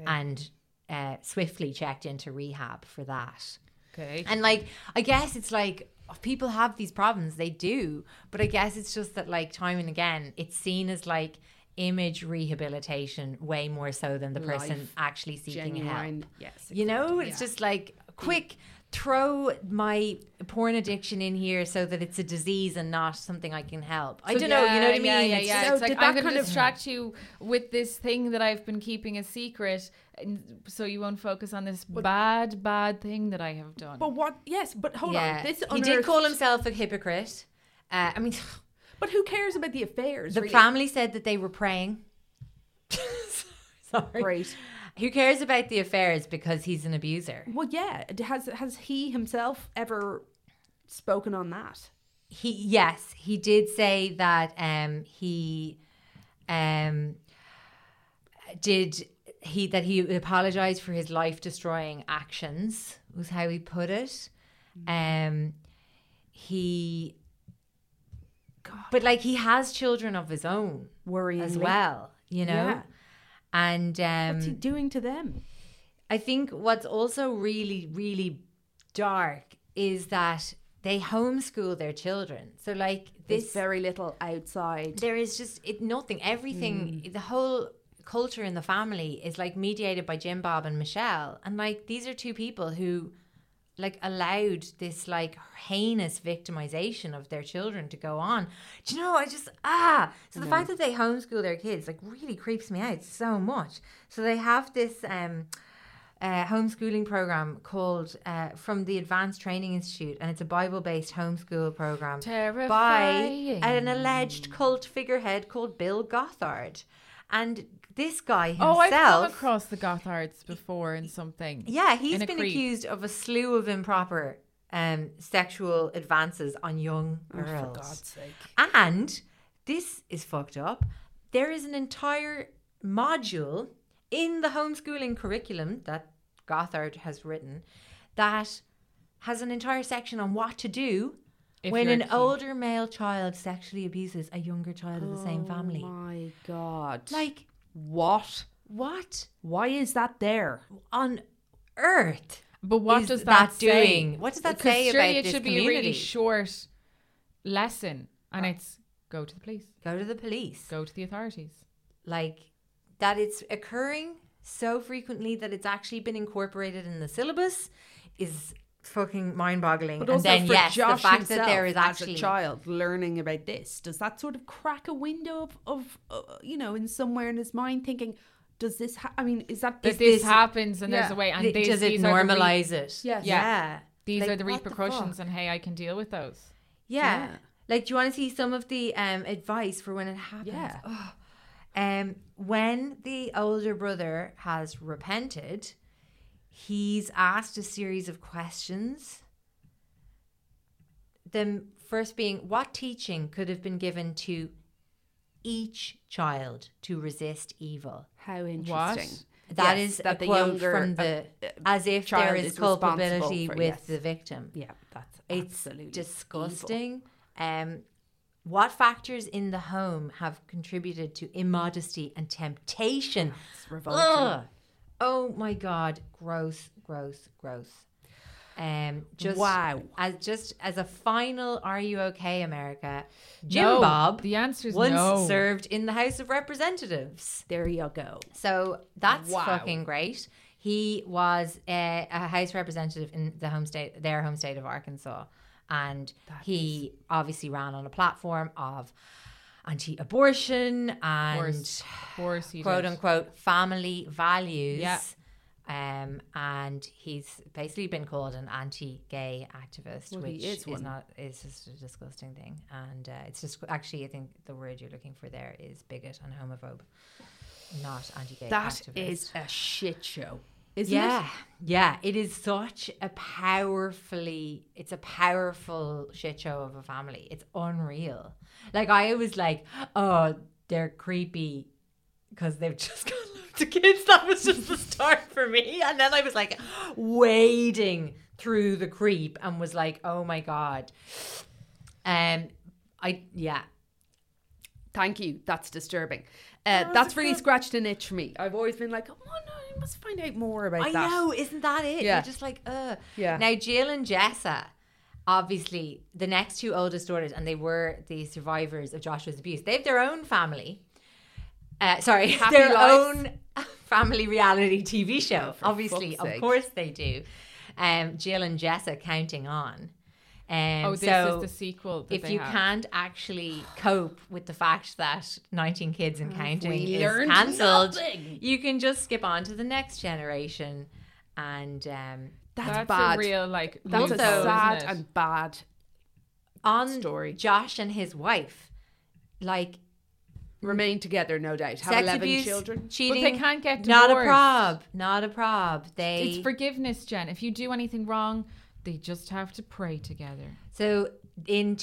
and uh, swiftly checked into rehab for that.
okay.
And like, I guess it's like people have these problems, they do, but I guess it's just that like time and again, it's seen as like image rehabilitation way more so than the person
Life.
actually seeking
Genuine.
help.
Yes.
You know, it's just like quick throw my porn addiction in here so that it's a disease and not something I can help. I
So-
don't know, you know what I mean?
Yeah, yeah,
It's
yeah.
just-
So
it's like
did
I'm
that
going
kind
to
of-
distract you with this thing that I've been keeping a secret, and so you won't focus on this bad, bad thing that I have done.
But what? Yes. But hold
yeah.
on. This
he did call
unearthed-
himself a hypocrite. Uh, I mean,
But who cares about the affairs?
the
really?
family said that they were praying. Sorry.
Great.
Who cares about the affairs because he's an abuser?
Well, yeah. Has has he himself ever spoken on that?
He yes, he did say that um he um did he that he apologized for his life destroying actions was how he put it. Um he but like he has children of his own
Worryingly.
as well, you know.
Yeah.
And um
What's he doing to them?
I think what's also really, really dark is that they homeschool their children. So, like,
There's
this,
very little outside.
there is just it, nothing. Everything, the whole culture in the family is like mediated by Jim Bob and Michelle. And, like, these are two people who like allowed this like heinous victimization of their children to go on. Do you know? I just ah. So the fact that they homeschool their kids like really creeps me out so much. So they have this um uh, homeschooling program called uh, from the Advanced Training Institute, and it's a Bible-based homeschool program
Terrifying.
by an alleged cult figurehead called Bill Gothard. And this guy himself,
Oh, I've come across the Gothards before in something.
yeah, he's
in a
been
creep.
accused of a slew of improper um, sexual advances on
Oh,
young girls. for God's sake. And this is fucked up. There is an entire module in the homeschooling curriculum that Gothard has written that has an entire section on what to do
If
when
you're
an
accused.
older male child sexually abuses a younger child of the same family.
Oh,
My God.
Like,
what?
what
Why is that there?
on earth?
But what
is
does
that
that,
doing?
Say?
What does that
Because
say
surely
about
it
this
should be a
community?
really short lesson, and it's go to the police,
Go to the police.
go to the authorities.
like that it's occurring so frequently that it's actually been incorporated in the syllabus is fucking mind-boggling
But
and
also
then
for
yes
Josh
the fact that
himself
there is actually
as a child learning about this, does that sort of crack a window of, of uh, you know, in somewhere in his mind thinking, does this? Ha- I mean, is that
That
Is
this,
this-
happens and there's
yeah.
a way, and
Th-
these,
does it
these are the re-
normalize it
Yes.
Yeah.
yeah
these
Like,
are the
what
repercussions,
fuck?
and hey, I can deal with those.
Yeah.
Yeah.
Like, do you want to see some of the um, advice for when it happens?
Yeah.
Oh. Um, when the older brother has repented, he's asked a series of questions. The first being, what teaching could have been given to each child to resist evil?
How interesting.
That
Yes,
is a quote from the as if there
uh, child
is,
is responsible
culpability
for-
with
yes.
the victim.
Yeah, that's
It's
absolutely evil.
disgusting. Um, what factors in the home have contributed to immodesty and temptation?
revolting.
Ugh. Oh my god, gross, gross, gross. Um, just
Wow.
As just as a final, are you okay, America? Jim
No,
Bob.
the answer's
once
no.
served in the House of Representatives.
There you go.
So that's
Wow.
fucking great. He was a, a House representative in the home state, their home state of Arkansas, and he obviously ran on a platform of anti-abortion
Of
and
course, of course, he
quote
did.
unquote family values.
Yeah.
Um, and he's basically been called an anti-gay activist,
Well, he
which
is
is,
one.
not is just a disgusting thing. And uh, it's just actually, I think the word you're looking for there is bigot and homophobe, not anti-gay.
That
activist.
is a shit show. Isn't
yeah,
it?
yeah. It is such a powerfully, it's a powerful shit show of a family. It's unreal. Like I was like, oh, they're creepy because they've just got loads of kids. That was just the start for me. And then I was like wading through the creep and was like, oh my god. Um, I yeah.
Thank you. That's disturbing.
Oh,
Uh, that's really scratched an itch for me. I've always been like, oh no, I must find out more about
I
that.
know, isn't that it?
Yeah.
You're just like, ugh.
Yeah.
Now Jill and Jessa, obviously the next two oldest daughters, and they were the survivors of Joshua's abuse. They have their own family. Uh, sorry, their
lives. Oh,
own family reality TV show. obviously,
fuck's
of
sake.
course they do. Um, Jill and Jessa counting on. Um,
Oh, this
so
is the sequel. That
if
they
you
have.
can't actually cope with the fact that 19 kids
Oh,
and counting is
learned
cancelled,
nothing.
you can just skip on to the next generation. And um,
That's,
that's
bad.
a real like.
that's a
loophole, isn't
sad
it?
and bad.
Mm. on
Story.
Josh and his wife, like
Remain together, no doubt. Have
sex
11
abuse,
children.
cheating,
But they can't get
not a
divorced.
prob, not a prob. They
It's forgiveness, Jen. If you do anything wrong, they just have to pray together.
So in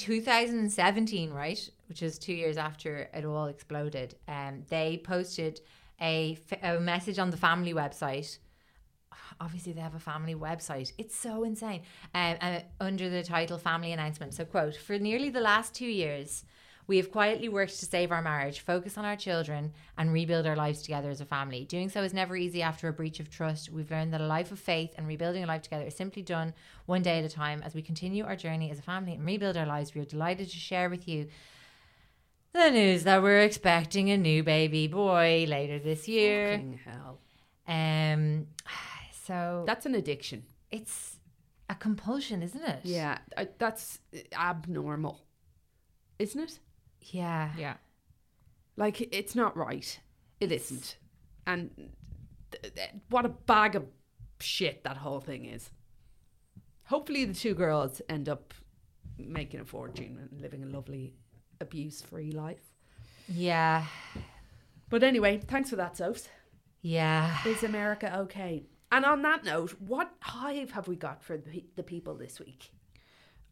2017, right, which is two years after it all exploded, um, they posted a, f- a message on the family website. Obviously, they have a family website. It's so insane. Um, uh, under the title Family Announcement. So, quote, for nearly the last two years, we have quietly worked to save our marriage, focus on our children, and rebuild our lives together as a family. Doing so is never easy after a breach of trust. We've learned that a life of faith and rebuilding a life together is simply done one day at a time. As we continue our journey as a family and rebuild our lives, we are delighted to share with you the news that we're expecting a new baby boy later this year.
Fucking hell.
Um, so
That's an addiction.
it's a compulsion, isn't it?
Yeah, I, that's
uh,
abnormal, isn't it?
Yeah.
Yeah.
Like it's not right. It isn't. And th- th- what a bag of shit that whole thing is. Hopefully the two girls end up making a fortune and living a lovely abuse-free life.
Yeah.
But anyway, thanks for that, Sophs.
Yeah.
Is America okay? And on that note, what hive have we got for the pe- the people this week?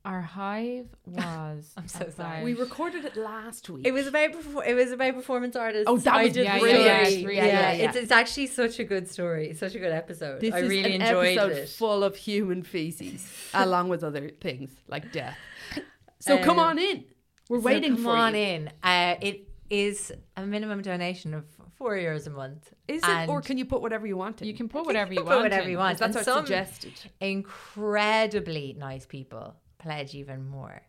Our hive was. I'm
so sorry.
We recorded it last week.
It was about perfor- it was about performance artists.
Oh, that
I
was
did
yeah,
really,
yeah,
yeah,
yeah, yeah, yeah.
It's, it's actually such a good story, It's such a good episode.
This
I
is
really
an
enjoyed
episode
it.
full of human feces, along with other things like death. So come on in. We're
Um, So
waiting
come
for
on
you.
in. Uh, it is a minimum donation of four euros a month.
Is
And
it, or can you put whatever you want in?
You can put whatever you,
put
want.
whatever
in.
you want.
That's
And
our
some
suggested.
Incredibly nice people pledge even more,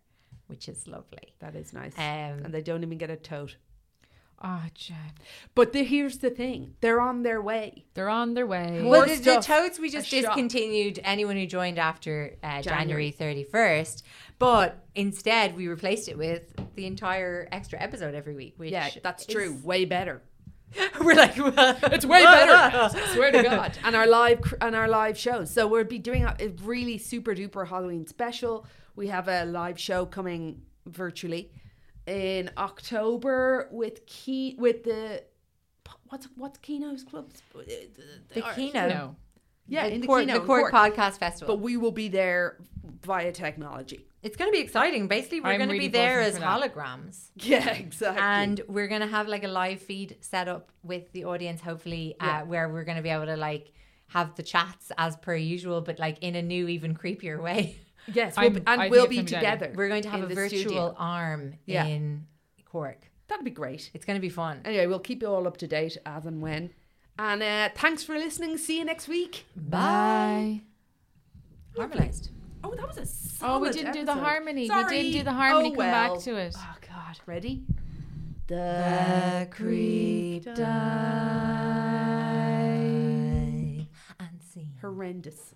which is lovely.
That is nice.
Um,
and they don't even get a tote.
Ah, Jen.
But the, here's the thing: they're on their way.
They're on their way.
More
Well, the, the
stuff.
totes we just
A shop.
discontinued. Anyone who joined after uh,
January.
January thirty first, but instead we replaced it with the entire extra episode every week. Which
Yeah, that's
is-
true. Way better.
We're like,
It's way better. I swear to God. And our live cr- and our live shows. So we'll be doing a, a really super duper Halloween special. We have a live show coming virtually in October with key with the what's what's Kino's clubs
the keynote.
no.
yeah in the
Cork-
Kino
the
in
Cork,
Cork.
Podcast Festival.
But we will be there via technology.
it's going to be exciting. Basically, we're
I'm
going to
really
be there
buzzing
as
for that.
holograms,
Yeah, exactly.
and we're going to have like a live feed set up with the audience. Hopefully, uh, where we're going to be able to like have the chats as per usual, but like in a new, even creepier way.
yes, we'll be,
I'm- I
and
think
we'll
it's
be
gonna be exciting.
together.
We're going to have
in
a
the
virtual
studio.
arm
Yeah.
in Cork.
That'd be great.
It's going to be fun.
Anyway, we'll keep you all up to date as and when. And uh, thanks for listening. See you next week.
Bye. Harmonized.
Oh, that was a
Oh, we
solid
didn't do the
episode.
harmony. We
Sorry.
didn't do the harmony.
Oh,
Come
well.
back to it.
Oh God, ready?
The creep dive. Unseen.
Horrendous.